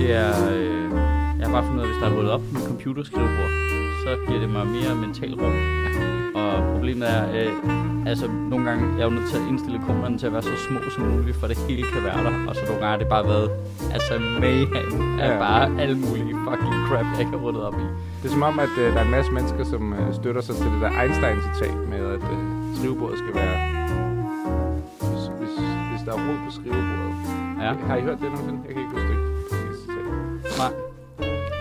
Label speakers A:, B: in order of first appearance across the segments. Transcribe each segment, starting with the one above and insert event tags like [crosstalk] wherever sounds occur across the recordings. A: Det er, øh, jeg har bare fundet ud af, at hvis der er rullet op på mit computerskrivebord, så giver det mig mere mental rum. Og problemet er, øh, altså nogle gange, jeg er jo nødt til at indstille ikonerne til at være så små som muligt, for det hele kan være der. Og så nogle gange har det bare været, altså mayhem af
B: Ja.
A: bare alle mulige fucking crap, jeg ikke har rullet op i.
B: Det er som om, at øh, der er en masse mennesker, som øh, støtter sig til det der Einstein-citat med, at øh, skrivebordet skal være... Hvis, hvis, hvis der er rod på skrivebordet.
A: Ja,
B: Har I hørt det nogensinde? Jeg kan ikke huske det. præcise citat.
A: nej.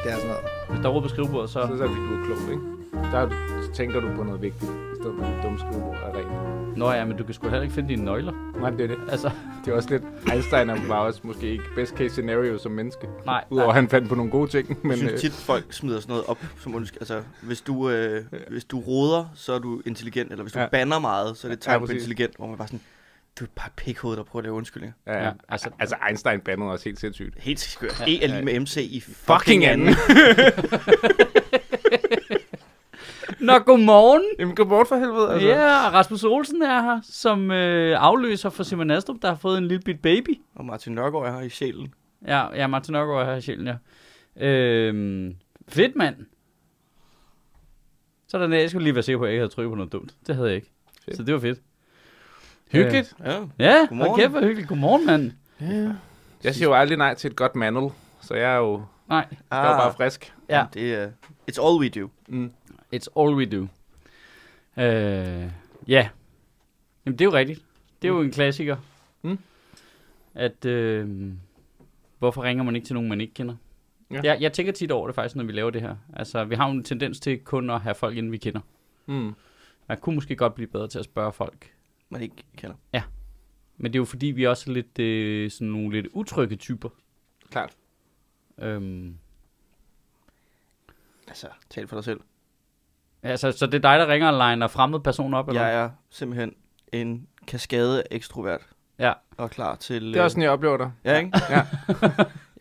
C: Det er sådan noget.
A: Hvis der er råd på skrivebordet, så...
B: Så er det, du er klog, ikke? Der så tænker du på noget vigtigt, i stedet for at dumme skrivebord er rent.
A: Nå ja, men du kan sgu heller ikke finde dine nøgler.
B: Nej, det er det.
A: Altså,
B: Det er også lidt... Einstein er bare også måske ikke best case scenario som menneske.
A: nej.
B: Udover at
A: nej.
B: han fandt på nogle gode ting,
C: Jeg
B: men... øh,
C: synes tit, folk smider sådan noget op, som undskyld. Altså, hvis du, øh, hvis du roder, så er du intelligent, eller hvis du
B: Ja.
C: ja. banner meget, så er det et
B: Ja,
C: tegn ja, på
B: præcis.
C: intelligent, hvor man bare sådan, du er bare et pikhoved, der prøver at lave undskyldninger.
B: ja, ja.
A: Ja, altså-
B: altså, Einstein bandede også helt sindssygt.
C: Helt skørt.
A: Ja,
C: E
A: ja.
C: er lige med MC i fucking
B: Fucking anden.
C: anden.
A: Nå, godmorgen!
B: Jamen, gå bort for helvede, altså.
A: Ja, yeah, Rasmus Olsen er her, som øh, afløser for Simon Astrup, der har fået en lille bit baby.
C: [laughs] Og Martin Nørgaard er her i sjælen.
A: Ja, ja Martin Nørgaard er her i sjælen, ja. Øhm, fedt, mand. Sådan der, jeg skulle lige være sikker på, at jeg ikke havde trykket på noget dumt. Det havde jeg ikke.
B: Fedt.
A: Så det var fedt. Øh,
B: Hyggeligt.
C: Ja.
A: Ja, og
C: Godmorgen.
A: kæft, hvor hyggeligt. Godmorgen, mand.
B: Jeg siger jo aldrig nej til et godt mandel, så jeg er jo,
A: Nej,
B: jeg er jo bare
C: Ah,
B: frisk.
A: ja.
C: det er... It's all we do.
B: Mm.
A: It's all we do. Øh, ja. Jamen, det er jo rigtigt. Det er jo en klassiker.
B: Mm.
A: At, øh, hvorfor ringer man ikke til nogen, man ikke kender?
B: Ja.
A: Ja. Jeg, jeg tænker tit over det faktisk, når vi laver det her. Altså, vi har jo en tendens til kun at have folk, inden vi kender.
B: Mm.
A: Man kunne måske godt blive bedre til at spørge folk.
C: Man ikke kender.
A: Men det er jo fordi, vi også er lidt, øh, sådan nogle lidt utrygge typer.
B: Klart.
A: Øhm,
C: Altså, tal for dig selv.
A: altså, så det er dig, der ringer og legner fremmede personer op? Eller?
C: Jeg er simpelthen en kaskade ekstrovert.
A: Ja.
C: Og klar til... øh,
B: Det er også sådan, jeg oplever dig.
C: Ja, ikke?
B: Ja.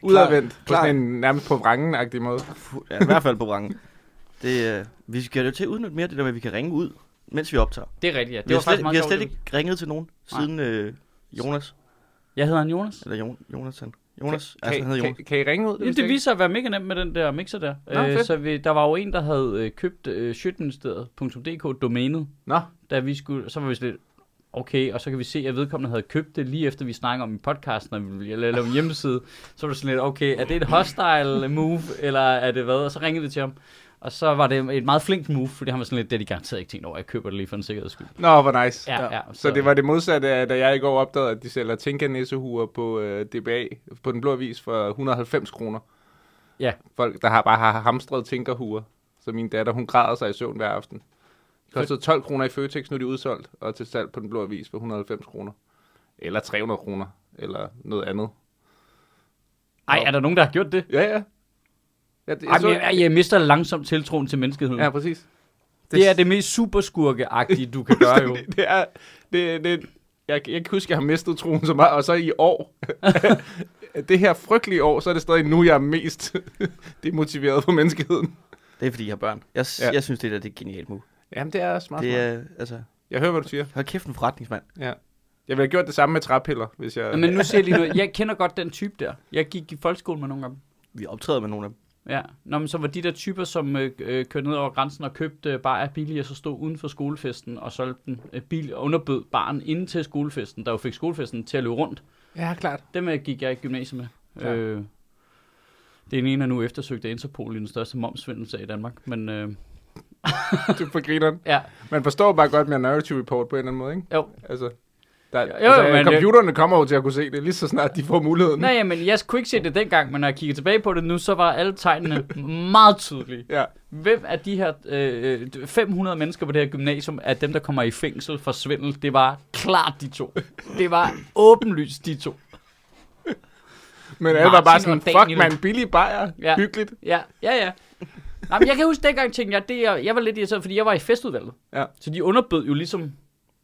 B: Udadvendt. På
C: klar.
B: sådan en nærmest på vrangen-agtig måde.
C: Fu- Ja, i hvert fald på vrangen. Det, øh, vi skal jo til at udnytte mere det der med, at vi kan ringe ud, mens vi optager.
A: Det er rigtigt, ja. Det
C: Vi har,
A: var faktisk
C: slet,
A: meget
C: vi har
A: sjovt,
C: slet
A: det
C: ikke ringet til nogen siden øh, Jonas.
A: vi- Jeg hedder han Jonas.
C: Eller Jon, Jonathan. Jonas?
B: Kan,
C: altså, han hedder
B: kan,
C: Jonas.
B: kan, I ringe ud?
A: Det, det, det viste sig at være mega nemt med den der mixer der.
B: Nå,
A: øh,
B: fedt.
A: så vi, der var jo en, der havde øh, købt øh, shitministeriet.dk domænet,
B: Nå,
A: da vi skulle, så var vi sådan lidt, okay, og så kan vi se, at vedkommende havde købt det lige efter vi snakker om i podcasten, og vi ville lave lave en hjemmeside. Så var det sådan lidt, okay, er det et hostile move, eller er det hvad? Og så ringede vi til ham. Og så var det et meget flink move, fordi han var sådan lidt, det er de garanteret ikke tænkt over, jeg køber det lige for en sikkerheds skyld.
B: Nå hvor nice.
A: Ja, ja,
B: Så det var det modsatte af, da jeg i går opdagede, at de sælger Tinka-nissehuer på øh, DBA, på den blå avis, for 190 kroner.
A: Ja.
B: Folk, der har bare har hamstret Tinka-huer. Så min datter, hun græder sig i søvn hver aften. Det kostede 12 kroner i Føtex, nu er de udsolgt, og til salg på den blå avis for 190 kroner. Eller 300 kroner, eller noget andet.
A: Ej, er der nogen, der har gjort det?
B: Ja, ja. ja det,
A: Ej, men jeg, jeg mister langsomt tiltroen til menneskeheden.
B: ja præcis.
A: Det er det mest superskurke-agtige, du
B: [laughs]
A: kan gøre jo.
B: Det er, det, det, jeg, jeg kan huske, jeg har mistet troen så meget, og så i år, det her frygtelige år, så er det stadig nu, jeg er mest [laughs] demotiveret på menneskeheden.
C: Det er fordi, jeg har børn. Jeg,
B: Ja.
C: ja. jeg synes, det der det er et genialt move.
B: Jamen, det er smart.
C: Det
B: Det er...
C: er, altså,
B: Jeg hører, hvad du siger.
C: hold kæft en forretningsmand.
B: Ja. Jeg ville have gjort det samme med træpiller, hvis jeg...
A: Ja, Men nu ser jeg lige noget. Jeg kender godt den type der. Jeg gik i folkeskolen med nogle af dem.
C: Vi optræder med nogle af dem.
A: Ja. Nå, men så var de der typer, som øh, øh, kørte ned over grænsen og købte øh, bare af billige, og så stod uden for skolefesten og solgte den øh, bil og underbød barn inden til skolefesten, der jo fik skolefesten til at løbe rundt.
B: Ja, klart.
A: Dem øh, gik jeg i gymnasiet med.
B: Ja.
A: Ja. Øh, det er en ene, der nu er eftersøgt af Interpol i den største momsvindelse i Danmark. Men øh,
B: [laughs] Du forgriner den.
A: ja,
B: Man forstår bare godt med Minority Report på en eller anden måde, ikke?
A: jo,
B: Altså, Der, jo,
A: jo,
B: altså,
A: men-
B: men computerne kommer jo til at kunne se det, lige så snart de får muligheden.
A: Nej, men jeg kunne ikke se det dengang, men når jeg kigger tilbage på det nu, så var alle tegnene meget tydelige.
B: Ja.
A: Hvem af de her øh, øh, 500 mennesker på det her gymnasium, er dem, der kommer i fængsel for svindel? Det var klart de to. Det var åbenlyst de to.
B: Men alle var bare
A: Martin
B: sådan,
A: og
B: fuck
A: Daniel."
B: man, billig bajer,
A: Ja.
B: ja. hyggeligt.
A: Ja, ja, ja. Nej, men jeg kan huske, dengang tænkte jeg, det er, jeg var lidt irriteret, fordi jeg var i festudvalget.
B: Ja.
A: Så de underbød jo ligesom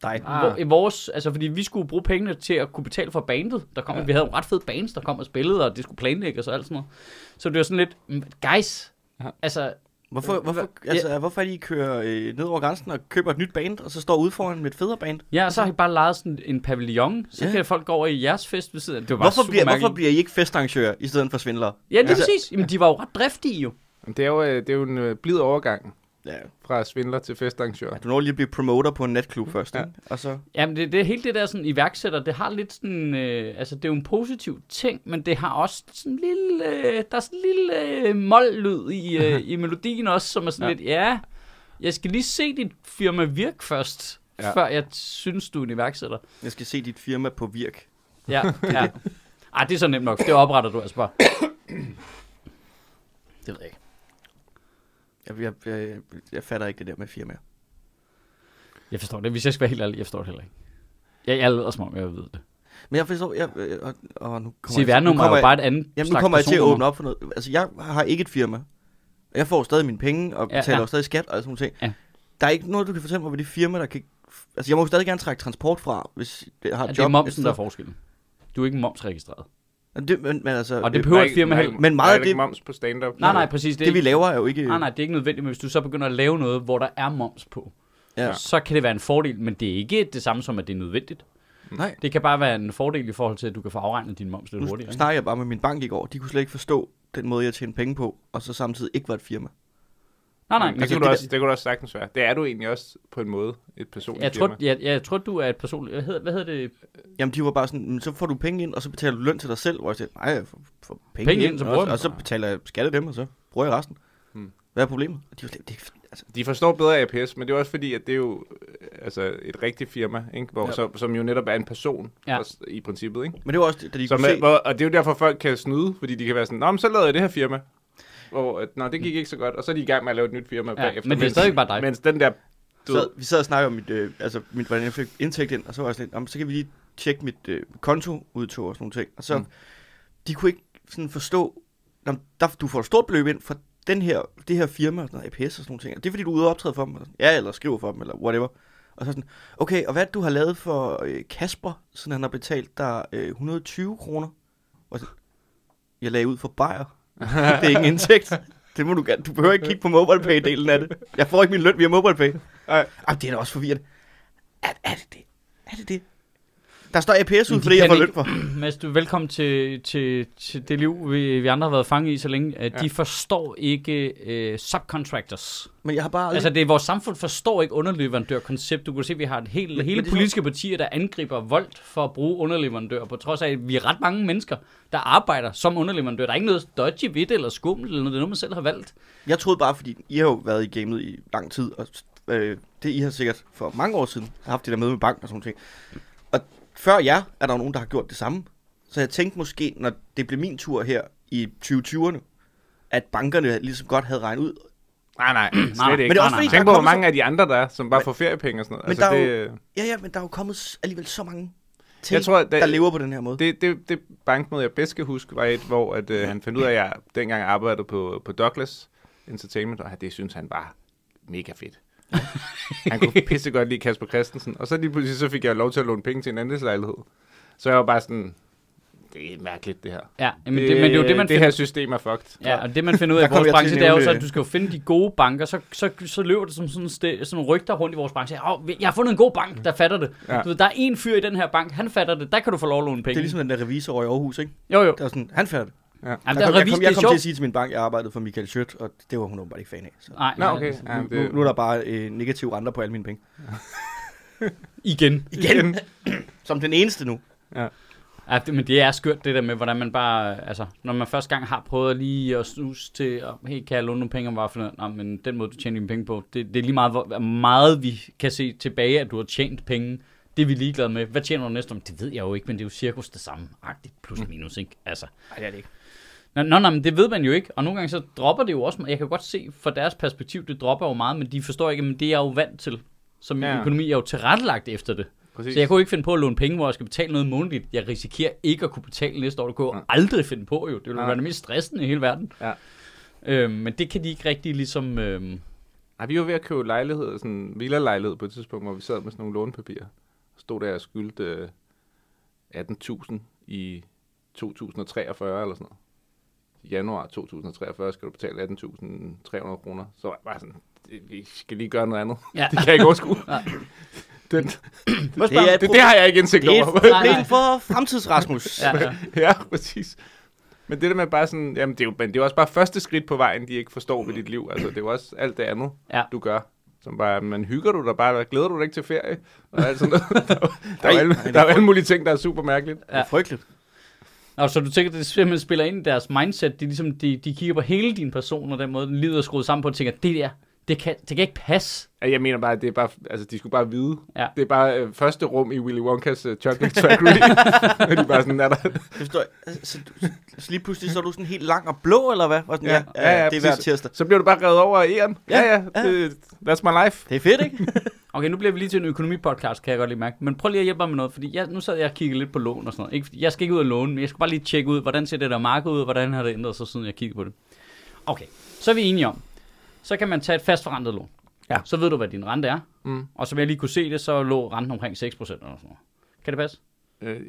C: Dig.
B: Ah.
A: Hvor, i vores, altså fordi vi skulle bruge pengene til at kunne betale for bandet, der kom. Ja.
B: Ja.
A: Vi havde jo ret fede bands, der kom og spillede, og det skulle planlægges og alt sådan noget. Så det var sådan lidt, "Mm, guys,
B: Ja.
A: altså,
C: Hvorfor, hvorfor,
A: Hva-
C: altså, hvorfor er de I kører øh, ned over grænsen og køber et nyt band, og så står ude foran med et federe band?
A: ja, så har I bare lejet sådan en pavillon, så
C: Ja.
A: kan folk gå over i jeres fest ved siden. af." Det var bare
C: Hvorfor
A: super
C: bliver, hvorfor
A: mærkeligt.
C: bliver I ikke festarrangører i stedet for svindlere?
A: Ja, lige
C: Altså-
A: præcis. Jamen, de var jo ret driftige jo.
B: Men Det er jo, øh, det er jo en øh, blid overgang
C: Ja.
B: fra svindler til festarrangør.
C: Du når lige at blive promoter på en natklub først,
B: Ja.
C: ikke? Og så...
A: Jamen, det, det hele det der sådan iværksætter, det har lidt sådan, øh, altså det er jo en positiv ting, men det har også sådan en lille, øh, der er sådan en lille øh, mollyd i,
C: [laughs]
A: øh, i melodien også, som er sådan ja.
B: Ja.
A: lidt, ja, jeg skal lige se dit firma virk først, ja.
B: Ja.
A: før jeg synes, du er en iværksætter.
C: Jeg skal se dit firma på Virk. [laughs]
A: Ja, ja. Ej, det er så nemt nok, det opretter du altså bare.
C: [coughs] Det ved jeg ikke. Jeg, jeg, jeg, jeg fatter ikke det der med firmaer.
A: Jeg forstår det, hvis jeg skal være helt ærlig, jeg forstår det heller ikke. Jeg, jeg lader som om, jeg ved det.
C: Men jeg forstår... Jeg, øh, og, og nu kommer jeg, nu
A: CVR-nummer er
C: kommer
A: jo bare et andet
C: Jamen, nu
A: slags
C: kommer jeg til at
A: personnummer.
C: åbne op for noget. Altså, jeg har ikke et firma. Jeg får stadig mine penge, og
A: Ja,
C: betaler
A: ja.
C: ja. stadig skat og sådan nogle ting.
A: Ja.
C: Der er ikke noget, du kan fortælle mig ved det firma, der kan... Altså, jeg må jo stadig gerne trække transport fra, hvis jeg har
A: Ja,
C: et
A: Altså, det
C: job.
A: er
C: et
A: momsen,
C: sted.
A: der er forskellen. Du er ikke momsregistreret.
C: Jamen, det, men, men altså,
A: Og det
C: det,
A: behøver
B: Der er
A: et
B: ikke-
A: firma
B: der er
A: heller.
B: ikke-
C: Men meget
B: der
C: af
B: er ikke
C: det-
B: moms på stand-up.
A: Nej, nej, præcis. Altså, Det, er
C: det, vi
A: ikke-
C: laver er jo ikke...
A: Nej, nej, det er ikke nødvendigt, men hvis du så begynder at lave noget, hvor der er moms på,
C: Ja.
A: så kan det være en fordel, men det er ikke det samme som, at det er nødvendigt.
C: Nej.
A: Det kan bare være en fordel i forhold til, at du kan få afregnet din moms lidt
C: Nu
A: hurtigere. ikke?
C: snakkede jeg bare med min bank i går. De kunne slet ikke forstå den måde, jeg tjener penge på, og så samtidig ikke var et firma.
A: Nej, nej,
B: Men
A: men
B: det,
A: altså,
B: kunne du
A: det
B: også, det kunne du også sagtens være. Det er du egentlig også på en måde, et personligt
A: der, jeg, tror,
B: firma.
A: jeg, jeg tror, du er et personligt... Hvad hedder, hvad hedder det? [clears throat]
C: Jamen, de var bare sådan, "Men så får du penge ind, og så betaler du løn til dig selv. Hvor jeg sagde, nej, jeg får, får penge,
A: Penge ind, så bruger
C: og,
A: jeg
C: og, så betaler jeg skat af dem, og så bruger jeg resten.
B: Hmm.
C: Hvad er problemet? Og de var slet, det, er ikke- altså,
B: De forstår bedre APS, men det er også fordi, at det er jo øh, altså, et rigtigt firma, ikke? Hvor,
C: Ja.
B: ja. som, som jo netop er en person
A: Ja.
B: ja. også, i princippet. Ikke?
C: men det var også, da de
B: Som
C: kunne
B: er,
C: se,
B: hvor, og det er jo derfor, folk kan snyde, fordi de kan være sådan, Nå, men så lavede jeg det her firma. Hvor, at, Nå, det gik ikke så godt, og så er de i gang med at lave et nyt firma ja, bagefter.
A: men det er
B: Mens-
A: stadig bare dig.
B: Mens den der... Du,
C: sad, vi sad og snakkede om, mit, øh, altså, mit, hvordan jeg fik indtægt ind, og så var jeg sådan lidt, "Nå, men så kan vi lige tjekke mit øh, kontoudtog og sådan nogle ting. Og så, mm.
B: Mm.
C: de kunne ikke sådan forstå, "Nå, men der, du får et stort beløb ind fra den her, det her firma, og sådan noget, APS og sådan nogle ting. Og det er fordi, du er ude og optræde for dem, eller, sådan, ja, eller skriver for dem, eller whatever. Og så sådan, okay, og hvad er det, du har lavet for øh, Kasper, siden han har betalt dig øh, 120 kroner? Og så, jeg lagde ud for bajer. det er ingen indtægt. Det må du gerne. Du behøver ikke kigge på MobilePay-delen af det. Jeg får ikke min løn via MobilePay.
B: Ej.
C: Ej, det er da også forvirrende. Er, er det det? Er det det? Der står APS
A: Men
C: ud
A: de
C: for det,
A: kan
C: jeg får løn
A: ikke-
C: for.
A: Mads, du er velkommen til, til, til det liv, vi, vi andre har været fanget i så længe. Ja. De forstår ikke øh, subcontractors.
C: Men jeg har bare...
A: Altså, det er, vores samfund forstår ikke underleverandørkoncept. Du kan se, at vi har et helt,
C: Men-
A: hele
C: men det er
A: politiske partier, der angriber voldt for at bruge underleverandører, på trods af, at vi er ret mange mennesker, der arbejder som underleverandør. Der er ikke noget dodgy ved det, eller skummelt, eller noget, det er noget, man selv har valgt.
C: Jeg troede bare, fordi I har jo været i gamet i lang tid, og øh, det I har sikkert for mange år siden haft det der møde med banken og sådan noget. Og før jer er der jo nogen, der har gjort det samme. Så jeg tænkte måske, når det blev min tur her i 2020'erne, at bankerne ligesom godt havde regnet ud.
B: nej, nej,
A: nej.
B: slet ikke.
C: Men det er også
A: nej,
C: fordi,
A: nej.
B: Tænk
C: der
B: på,
C: er
B: hvor
C: kommet
B: mange af de andre, der er, som bare får feriepenge og sådan noget.
C: Men der er
B: Altså, det,
C: Så, ja, ja, men der er jo kommet s- alligevel så mange ting,
B: Jeg tror, at der-
C: der lever på den her måde. Det,
B: det, det, det bankmøde, jeg bedst kan huske, var et, hvor at, øh, han fandt ud af, at jeg dengang arbejdede på, på Douglas Entertainment, og det synes han var mega fedt.
A: [laughs]
B: han kunne pisse godt lide Kasper Christensen. Og så lige pludselig, så fik jeg lov til at låne penge til en andelslejlighed. Så jeg var bare sådan, det er mærkeligt det her.
A: Ja, men det, men det er jo det, man
B: det
A: finder,
B: her system er fucked.
A: ja, og det, man finder ud af
C: Der
A: i
C: kom
A: vores
C: jeg til
A: branche,
C: at
A: det er jo
C: nævne-
A: så, at du skal jo finde de gode banker, så, så, så løber det som sådan, ste, sådan rygter rundt i vores branche. Oh, jeg har fundet en god bank, der fatter det. Ja.
B: Ja.
A: Du ved, der er en fyr i den her bank, han fatter det, der kan du få lov at låne
C: det
A: penge.
C: er ligesom den der revisor over i Aarhus, ikke?
A: Jo, jo.
C: Der var sådan, han fandt det.
A: Jamen,
C: Jeg
A: der
C: kom, jeg
A: revis,
C: kom,
A: det er
C: jeg kom til at
A: sjovt.
C: sige til min bank, jeg arbejdede for Michael Schødt, og det var hun åbenbart ikke fan af. Så.
A: Nej,
B: Nå,
A: nej,
B: okay. Ja,
C: Nu,
B: det,
C: nu er der bare øh, negative renter på alle mine penge.
A: Igen.
C: Igen. Som den eneste nu.
A: Ja, det, men det er skørt det der med, hvordan man bare, altså, når man første gang har prøvet lige at snuse til, og, hey, kan jeg låne nogle penge, og bare finder, nej, men den måde, du tjener dine penge på, det, det er lige meget, hvor hvor meget vi kan se tilbage, at du har tjent penge. Det er vi ligeglade med. Hvad tjener du næste om? Det ved jeg jo ikke, men det er jo cirkus det samme. Agtigt, plus minus, ikke? Altså.
C: Nej, det er det ikke.
A: Nå, nå, nå, men det ved man jo ikke, og nogle gange så dropper det jo også. Jeg kan godt se fra deres perspektiv, det dropper jo meget, men de forstår ikke, men det er jeg jo vant til. Så min ja.
B: Ja.
A: økonomi er jo tilrettelagt efter det.
B: Præcis.
A: Så jeg kunne ikke finde på at låne penge, hvor jeg skal betale noget månedligt. Jeg risikerer ikke at kunne betale næste år. Det kunne jeg jo aldrig finde på, jo. Det ville
B: Nej.
A: være det mest stressende i hele verden.
B: Ja.
A: Øhm, men det kan de ikke rigtig ligesom... Øhm,
B: Nej, vi var ved at købe lejlighed, sådan en villa-lejlighed på et tidspunkt, hvor vi sad med sådan nogle lånepapirer. Stod der, jeg skyldte øh, 18.000 i 2043 eller sådan noget. I januar 2043 skal du betale 18.300 kroner. Så var jeg bare sådan, "Det- vi skal lige gøre noget andet.
A: Ja.
B: Ja. [laughs] det kan jeg ikke overskue. Den,
C: Det,
B: det, det, det, har jeg ikke indsigt
C: det er
B: [laughs]
C: et
B: over.
A: Nej, nej.
C: problem for fremtidsrasmus.
A: ja, ja.
B: [laughs] ja, præcis. Men det der med bare sådan, jamen det er jo, men det er jo også bare første skridt på vejen, de ikke forstår ved dit liv. Altså det er jo også alt det andet,
A: Ja.
B: du gør. Som bare, men hygger du dig bare, eller glæder du dig ikke til ferie? Og alt sådan noget. [laughs] Der er jo- der er jo alle, der er jo alle mulige ting, der er super mærkeligt.
C: Det er frygteligt.
A: [laughs] Nå, så du tænker, det simpelthen spiller ind i deres mindset. Det er ligesom, de, de kigger på hele din person, og den måde, livet er skruet sammen på, og tænker, det der, det kan, det kan ikke passe.
B: Jeg mener bare, det er bare, altså de skulle bare vide.
A: Ja.
B: Det er bare øh, første rum i Willy Wonkas øh, Chocolate Factory. og de er bare sådan, er der...
C: Det forstår jeg. Altså, Så, så, lige pludselig så er du sådan helt lang og blå, eller hvad? Og sådan, ja, ja, ja, det er hver
B: præcis.
C: tirsdag.
B: Så bliver du bare revet over af æren. Ja, ja, ja. Det, that's my life.
C: Det er fedt, ikke?
A: Okay, nu bliver vi lige til en økonomipodcast, kan jeg godt lige mærke. Men prøv lige at hjælpe mig med noget, fordi jeg, nu sad jeg og kiggede lidt på lån og sådan noget. Ikke, fordi jeg skal ikke ud og låne, men jeg skal bare lige tjekke ud, hvordan ser det der marked ud, og hvordan har det ændret sig, siden jeg kiggede på det. Okay, så er vi enige om, så kan man tage et fastforrentet lån.
B: Ja.
A: Så ved du, hvad din rente er.
B: Mm.
A: Og som jeg lige kunne se det, så lå renten omkring 6% eller sådan noget. Kan det passe?
B: Øh,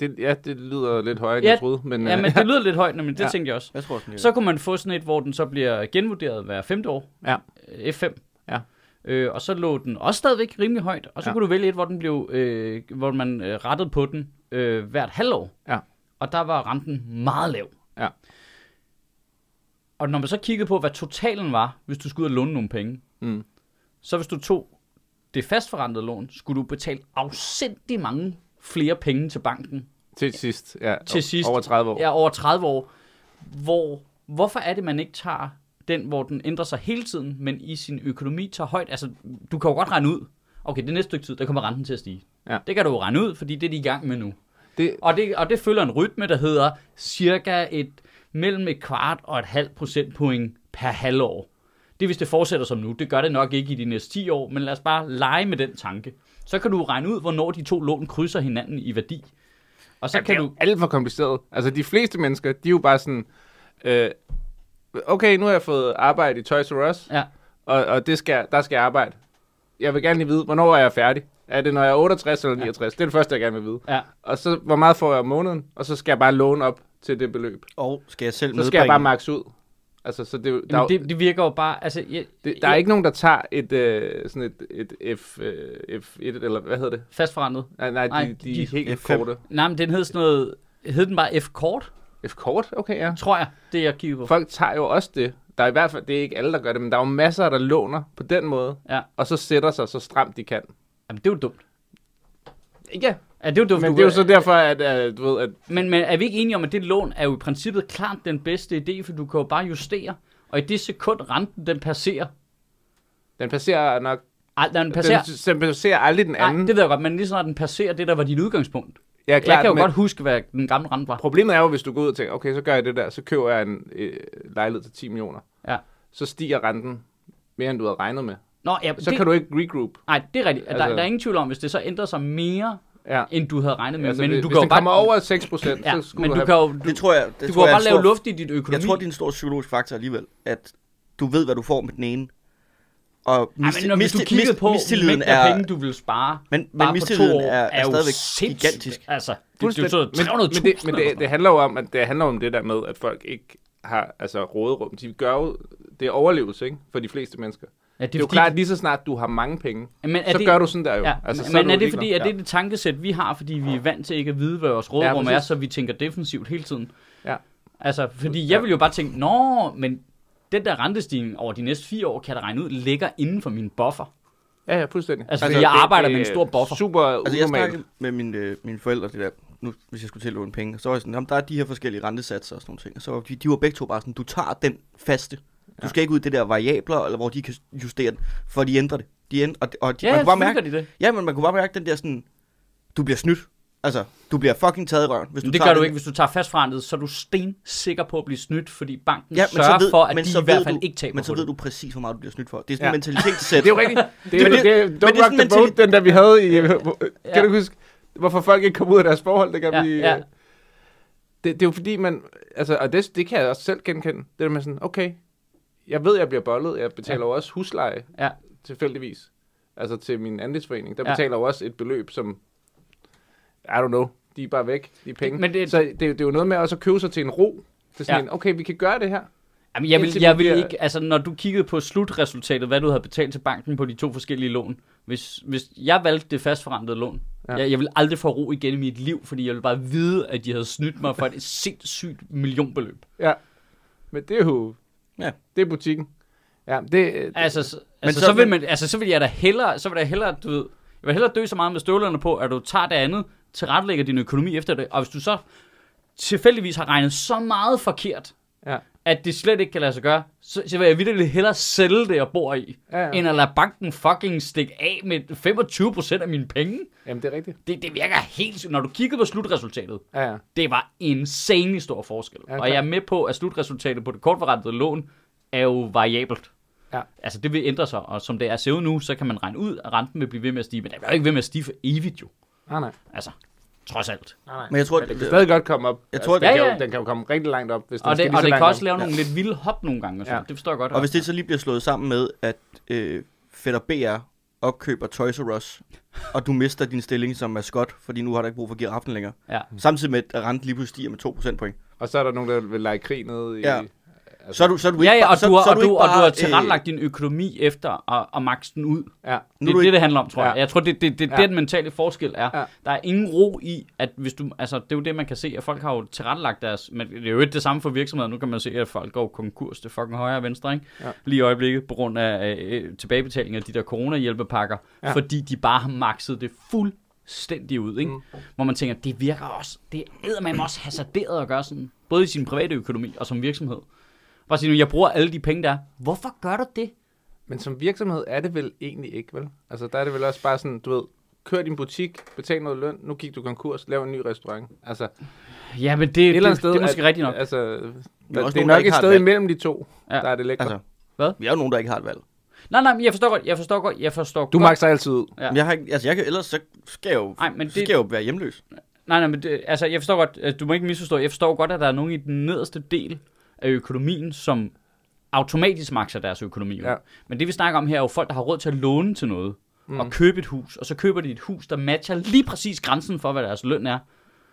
B: det, ja, det lyder lidt højere, end
A: Ja,
B: ja, jeg troede. Men,
A: Ja,
B: øh,
A: men
B: [laughs]
A: det lyder lidt højt, men det ja.
B: Ja.
A: tænkte jeg også.
C: Jeg tror sådan,
A: Så kunne man få sådan et, hvor den så bliver genvurderet hver femte år.
B: Ja.
A: Øh, F5.
B: Ja.
A: Øh, og så lå den også stadigvæk rimelig højt. Og så ja.
B: Ja.
A: kunne du vælge et, hvor, den blev, øh, hvor man øh, rettede på den øh, hvert halvår.
B: Ja.
A: Og der var renten meget lav.
B: Ja.
A: Og når man så kiggede på, hvad totalen var, hvis du skulle ud og låne nogle penge,
B: Mm.
A: så hvis du tog det fastforrentede lån, skulle du betale afsindig mange flere penge til banken,
B: Til sidst, ja.
A: Til
B: O-
A: sidst.
B: Over 30 år.
A: ja, over 30 år, hvor, hvorfor er det, man ikke tager den, hvor den ændrer sig hele tiden, men i sin økonomi tager højt? Altså, du kan jo godt regne ud, okay, det næste stykke tid, der kommer renten til at stige.
B: Ja.
A: Det kan du jo regne ud, fordi det er de i gang med nu.
B: Det,
A: Og det, og det følger en rytme, der hedder cirka et, mellem et kvart og et halvt procentpoint per halvår. Det er, hvis det fortsætter som nu. Det gør det nok ikke i de næste 10 år, men lad os bare lege med den tanke. Så kan du regne ud, hvornår de to lån krydser hinanden i værdi. Og så
B: Jamen,
A: kan
B: det er
A: du...
B: jo alt for kompliceret. Altså, de fleste mennesker, de er jo bare sådan, øh, okay, nu har jeg fået arbejde i Toys R Us,
A: Ja.
B: og, og det skal, der skal jeg arbejde. Jeg vil gerne lige vide, hvornår er jeg færdig? Er det, når jeg er 68 eller 69? Ja. Det er det første, jeg gerne vil vide.
A: Ja.
B: Og så, hvor meget får jeg om måneden? Og så skal jeg bare låne op til det beløb.
C: Og skal jeg selv
B: Så skal jeg bare
C: medbringe-
B: max ud. Altså, så det, er jo- der, er
A: Jamen,
B: jo-
A: det, det virker jo bare... Altså, jeg,
B: det, der er ikke nogen, der tager et, øh, sådan et, et F, øh, F1, eller hvad hedder det?
A: Fastforrentet.
B: Nej, nej,
A: Nej,
B: nej de, de,
A: de-
B: de helt
C: F5.
B: korte.
A: Nej, men den hed sådan noget... Hed den bare F-kort,
B: F-kort? Okay, ja.
A: tror jeg, det jeg kigger på.
B: Folk tager jo også det. Der er i hvert fald, det er ikke alle, der gør det, men der er jo masser, der låner på den måde,
A: Ja.
B: og så sætter sig så stramt de kan.
A: Jamen, det er jo dumt.
B: Ja,
A: Ja, det er jo dumt.
B: men
A: du-
B: det er jo så derfor, at, at du ved, at
A: Men, men er vi ikke enige om, at det lån er jo i princippet klart den bedste idé, for du kan jo bare justere, og i det sekund renten den passerer,
B: den passerer nok...
A: al, når den passerer,
B: Den, den passerer aldrig den
A: nej,
B: anden.
A: det ved jeg godt, men lige så snart den passerer det, der var dit udgangspunkt.
B: ja,
A: Klart, jeg kan jo
B: men
A: godt huske, hvad den gamle rente var.
B: Problemet er jo, hvis du går ud og tænker, okay, så gør jeg det der, så køber jeg en øh, lejlighed til 10 millioner.
A: Ja.
B: Så stiger renten mere, end du havde regnet med.
A: Nå, ja,
B: Så
A: det,
B: det... kan du ikke regroup.
A: Nej, det er rigtigt. Altså, der,
B: Altså-
A: der, er ingen tvivl om, hvis det så ændrer sig mere,
B: Ja.
A: end du havde regnet med.
B: altså,
A: men
B: hvis,
A: du
B: hvis
A: kan jo
B: den
A: bare,
B: kommer over 6 procent,
A: ja,
B: så skulle
A: men
B: du
A: du
B: have...
A: kan jo, du,
C: Det tror jeg. Det
A: du kan
C: tror
A: jo
C: jeg er
A: bare
C: en
A: lave
C: stor-
A: luft i dit økonomi.
C: Jeg tror, det er en stor psykologisk faktor alligevel, at du ved, hvad du får med den ene. Og
A: Ej, men når hvis du kiggede på mængden
C: mistilliden
A: af
C: er... Altså,
A: penge, du vil spare
C: Men- men
A: bare på to
C: mistilliden
A: år,
C: er- er
A: jo
C: stadigvæk
A: sindssygt.
C: gigantisk.
A: Altså, det, det,
B: Fuldstændig.
A: betyder 300.000
B: men, men, det, men
A: eller sådan
B: det, det, handler jo om, at det handler om det der med, at folk ikke har altså, råderum. De gør jo, det er overlevelse, ikke? For de fleste mennesker. Det
A: noget. Ja, det
B: er, det er jo
A: fordi-
B: klart, at lige så snart du har mange penge,
A: Men er
B: så
A: det-
B: gør du sådan der jo.
A: Ja,
B: altså, så
A: men
B: du
A: er det
B: ligeglad.
A: fordi, er det det tankesæt, vi har, fordi vi er vant til ikke at vide, hvad vores rådrum ja, er,
B: præcis.
A: så vi tænker defensivt hele tiden?
B: Ja.
A: Altså, fordi jeg vil jo bare tænke, nå, men den der rentestigning over de næste fire år, kan jeg da regne ud, ligger inden for min buffer.
B: Ja, ja, fuldstændig.
A: Altså, fordi jeg
B: det-
A: arbejder
B: det
A: med en
B: er
A: stor buffer.
B: Super
C: Altså, jeg
B: unormalt.
C: snakkede med mine, øh, mine forældre, det der, nu, hvis jeg skulle til at låne penge, så var jeg sådan, jamen, der er de her forskellige rentesatser og sådan nogle ting. Og så var de, de var begge to bare sådan, du tager den faste. Du skal ikke ud i det der variabler, eller hvor de kan justere den, for de ændrer det. De ændrer, og, og de,
A: Ja,
C: man kunne bare
A: selvfølgelig gør
C: mærke,
A: de det.
C: ja, men man kunne bare mærke den der sådan, Du bliver snydt. Altså, du bliver fucking taget i røven, hvis
A: Men
C: du
A: det
C: tager
A: gør
C: den
A: du ikke, hvis du tager fastforrentet, så er du stensikker på at blive snydt, fordi banken
C: Ja, men
A: sørger
C: så ved,
A: for, at
C: men
A: de
C: så
A: i hvert
C: ved
A: fald
C: du,
A: ikke taber
C: Men så
A: på
C: ved
A: det.
C: du præcis, hvor meget du bliver snydt for. Det er sådan
B: Ja.
A: [laughs]
C: en mentalitetssæt.
B: Det er jo rigtigt. Det er,
C: Men det-
B: det, er,
C: men det er
B: don't rock
C: sådan
B: the boat, den der vi havde i... Kan
A: Ja.
B: du huske, hvorfor folk ikke kom ud af deres forhold, det kan
A: Ja,
B: blive...
A: ja.
B: øh, Det, det er jo fordi, man... Altså, og det, det kan jeg også selv genkende. Det der med sådan, okay, jeg ved, jeg bliver bollet. Jeg betaler
A: Ja.
B: jo også husleje,
A: Ja.
B: tilfældigvis. Altså til min andelsforening. Der
A: Ja.
B: betaler jo også et beløb, som... I don't know. De er bare væk, de penge.
A: Men
B: Men
A: det-
B: det, så det, det er jo noget med også at købe sig til en ro. Til sådan
A: Ja.
B: ja. en, okay, vi kan gøre det her.
A: Jamen, jeg vil,
B: Indtil
A: jeg
B: vi
A: vil
B: bliver-
A: ikke, altså når du kiggede på slutresultatet, hvad du havde betalt til banken på de to forskellige lån, hvis, hvis jeg valgte det fastforrentede lån, ja.
B: Ja.
A: jeg, jeg ville aldrig få ro igen i mit liv, fordi jeg ville bare vide, at de havde snydt mig for et sindssygt millionbeløb.
B: Ja. Men det er jo...
C: Ja.
B: Det er butikken. Ja, det,
A: Altså, så,
C: Men
A: altså, så,
C: så-
A: så, vil man, altså, så vil jeg da hellere, så vil jeg hellere, du ved, jeg vil hellere dø så meget med støvlerne på, at du tager det andet, tilrettelægger din økonomi efter det, og hvis du så tilfældigvis har regnet så meget forkert,
B: Ja.
A: at det slet ikke kan lade sig gøre, så, så vil jeg virkelig hellere sælge det, jeg bor i,
B: Ja, ja.
A: end at lade banken fucking stikke af med 25% af mine penge.
B: Jamen, det er rigtigt.
A: Det, det virker helt sygt. Når du kigger på slutresultatet,
B: Ja, ja.
A: det var insanely stor forskel.
B: Ja,
A: og jeg er med på, at slutresultatet på det kortforrentede lån er jo variabelt.
B: Ja.
A: Altså det vil ændre sig, og som det er ser ud nu, så kan man regne ud, at renten vil blive ved med at stige, men den vil jo ikke ved med at stige for evigt jo.
B: Nej, nej.
A: Altså, trods alt.
B: nej, nej.
C: Men jeg tror,
B: Men den kan
C: det-
B: stadig godt komme op. Altså,
C: Jeg tror,
B: den,
A: det-
B: kan
A: Ja,
B: jo,
A: ja.
B: den kan jo komme rigtig langt op, hvis den
A: Og
B: skal
A: det,
B: lige
A: og
B: så
A: det kan
B: langt
A: også
B: op.
A: lave nogle lidt vilde hop nogle gange, og sådan.
B: Ja.
A: Ja. det forstår jeg godt.
C: Og hvis det så lige bliver slået sammen med, at øh, Fætter BR opkøber Toys R Us, og du mister din stilling som maskot, fordi nu har du ikke brug for giraffen længere.
A: Ja.
B: Mm.
C: Samtidig med, at renten lige pludselig stiger med 2 procentpoint.
B: Og så er der nogen, der vil lege krig ned i...
C: Ja.
B: Ja. Altså-
C: Så er du, så er du
A: Ja,
C: ikke
A: ja,
C: bare,
A: og
C: så,
A: du, har,
C: så er
A: og, du,
C: ikke
A: og du
C: bare,
A: har
C: øh,
A: tilrettelagt din økonomi efter at, at maxe den ud. Det
B: ja.
A: er
C: du
A: det,
C: ikke-
A: det handler om, tror
B: Ja.
A: jeg. Jeg tror, det er det, det, ja.
B: Ja.
A: den mentale forskel er. Ja.
B: Ja.
A: Der er ingen ro i, at hvis du... Altså, det er jo det, man kan se, at folk har jo tilrettelagt deres... Men det er jo ikke det samme for virksomheder. Nu kan man se, at folk går konkurs til fucking højre og venstre, ikke? Ja.
B: Ja.
A: Lige i øjeblikket, på grund af øh, tilbagebetaling af de der corona-hjælpepakker. Ja.
B: Ja.
A: Fordi de bare har makset det fuldstændig ud, ikke? Mm. Hvor man tænker, det virker også... Det er man også hasarderet at gøre sådan. Både i sin private økonomi og som virksomhed. Bare sige nu, jeg bruger alle de penge, der er. Hvorfor gør du det?
B: Men som virksomhed er det vel egentlig ikke, vel? Altså, der er det vel også bare sådan, du ved, kør din butik, betal noget løn, nu gik du konkurs, lav en ny restaurant. Altså, et
A: Ja, men det, det,
B: eller andet
A: det,
B: sted...
A: det er måske
B: at-
A: rigtigt nok.
B: Altså, der,
C: også
B: det er
C: nogen, der
B: nok
C: ikke
B: et
C: har et
B: sted
C: valg.
B: imellem de to,
A: Ja.
B: ja. der er det lækkert.
C: Altså,
B: Altså,
C: vi er jo nogen, der ikke har et valg.
A: Nej, nej, men jeg forstår godt, jeg forstår godt, jeg forstår
B: du
A: godt.
B: makser altid ud.
A: Ja.
C: Men Jeg har ikke, altså, jeg kan, ellers så skal jeg jo,
A: Ej, men
C: så
A: det-
C: skal jeg jo være hjemløs.
A: Nej, nej, men det, altså, jeg forstår godt, øh, du må ikke misforstå, jeg forstår godt, at der er nogen i den nederste del af økonomien, som automatisk makser deres økonomi. Ja.
B: Ja.
A: Men det vi snakker om her er jo folk, der har råd til at låne til noget mm. og købe et hus, og så køber de et hus, der matcher lige præcis grænsen for, hvad deres løn er.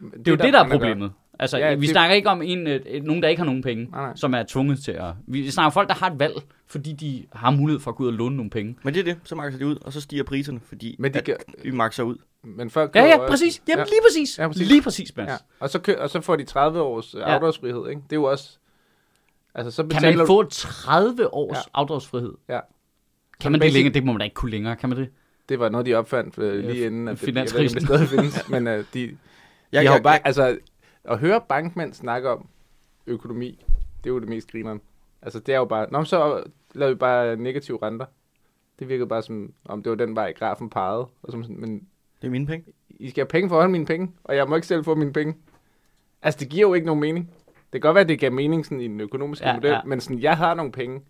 A: Det er jo det, der er
B: mange,
A: problemet. Altså, ja,
B: Ja,
A: vi det...
B: det-
A: snakker ikke om en, øh, øh, nogen, der ikke har nogen penge, nej,
B: Nej,
A: nej.
B: nej.
A: som er tvunget til at... Vi snakker om folk, der har et valg, fordi de har mulighed for at gå ud og låne nogle penge.
C: Men det er det, så makser de ud, og så stiger priserne, fordi
B: Men de
C: at
B: gør-
C: vi makser ud.
B: gør. Men folk
A: Ja,
B: køber
A: ja,
B: også-
A: præcis. Jamen, øh, ja. lige præcis. Ja, præcis. Lige præcis, Mads. Ja.
B: Ja. Og, så kø- og så får de 30 års øh,
A: Ja.
B: afdragsfrihed, ikke? Det er jo også... Altså, så betaler
A: Kan man
B: du...
A: få 30 års ja.
B: Ja.
A: afdragsfrihed?
B: Ja.
A: Kan man det
B: basic-
A: længere? Det må man da ikke kunne længere, kan man det?
B: Det var noget, de opfandt øh,
A: Ja,
B: lige inden, at det, jeg ved, ikke, om
A: finanskrisen.
B: det stadig findes, [laughs] men øh, de,
C: Jeg,
B: de har jo
C: jeg,
B: bare, altså, at høre bankmænd snakke om økonomi, det er jo det mest grineren. Altså, det er jo bare, nå, men så laver vi bare negative renter. Det virkede bare som, om det var den vej, grafen pegede. Og som sådan, men
C: det er mine penge.
B: I skal have penge for at holde mine penge, og jeg må ikke selv få mine penge. Altså, det giver jo ikke nogen mening. Det kan godt være, at det giver mening sådan, i den økonomiske
A: Ja,
B: ja, model,
A: ja.
B: ja. men sådan, jeg har nogle penge,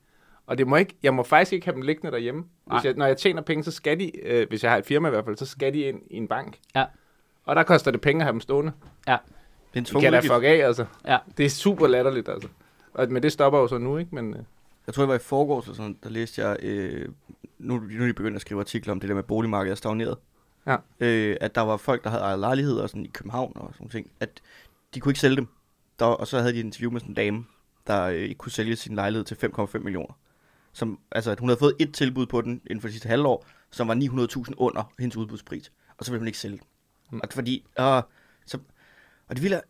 B: og det må ikke, jeg må faktisk ikke have dem liggende derhjemme.
A: Nej.
B: Hvis jeg, når jeg tjener penge, så skal de, øh, hvis jeg har et firma i hvert fald, så skal de ind i en bank.
A: Ja.
B: Og der koster det penge at have dem stående.
A: Ja.
C: Det er en
B: Det
C: tvungen
B: kan da
C: udgift.
B: fuck af, altså.
A: Ja.
B: Det er super latterligt, altså. Og, men det stopper jo så nu, ikke? Men, øh,
C: Jeg tror, jeg var i forgårs eller sådan, der læste jeg, øh, nu, nu er de begyndt at skrive artikler om det der med at boligmarkedet er stagneret.
B: Ja.
C: Øh, at der var folk, der havde ejet lejligheder sådan, i København og sådan nogle ting, at de kunne ikke sælge dem. Der, var- og så havde de et interview med sådan en dame, der øh, ikke kunne sælge sin lejlighed til 5,5 millioner. Som, altså, at hun havde fået et tilbud på den inden for det sidste halvår, som var 900.000 under hendes udbudspris. Og så ville hun ikke sælge den. Mm. Og fordi, øh, så, og det ville jeg,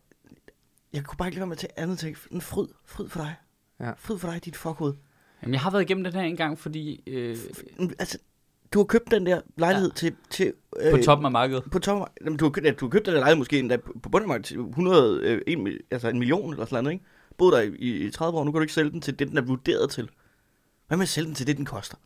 C: jeg kunne bare ikke lade være med at tage andet tænke, en fryd, fryd for dig.
B: Ja.
C: Fryd for dig, dit fuckhoved.
A: Jamen, jeg har været igennem den her en gang, fordi... Øh,
C: Mm, Altså, du har købt den der lejlighed ja. til... til øh,
A: på toppen af markedet.
C: På toppen. Jamen, du, har købt, ja, du har købt den der lejlighed måske endda på på bundemarkedet til 100, øh, en, mil- altså en million eller sådan noget, ikke? Boet der i, i 30 år, nu kan du ikke sælge den til det, den er vurderet til. Hvad med at sælge den til det, den koster?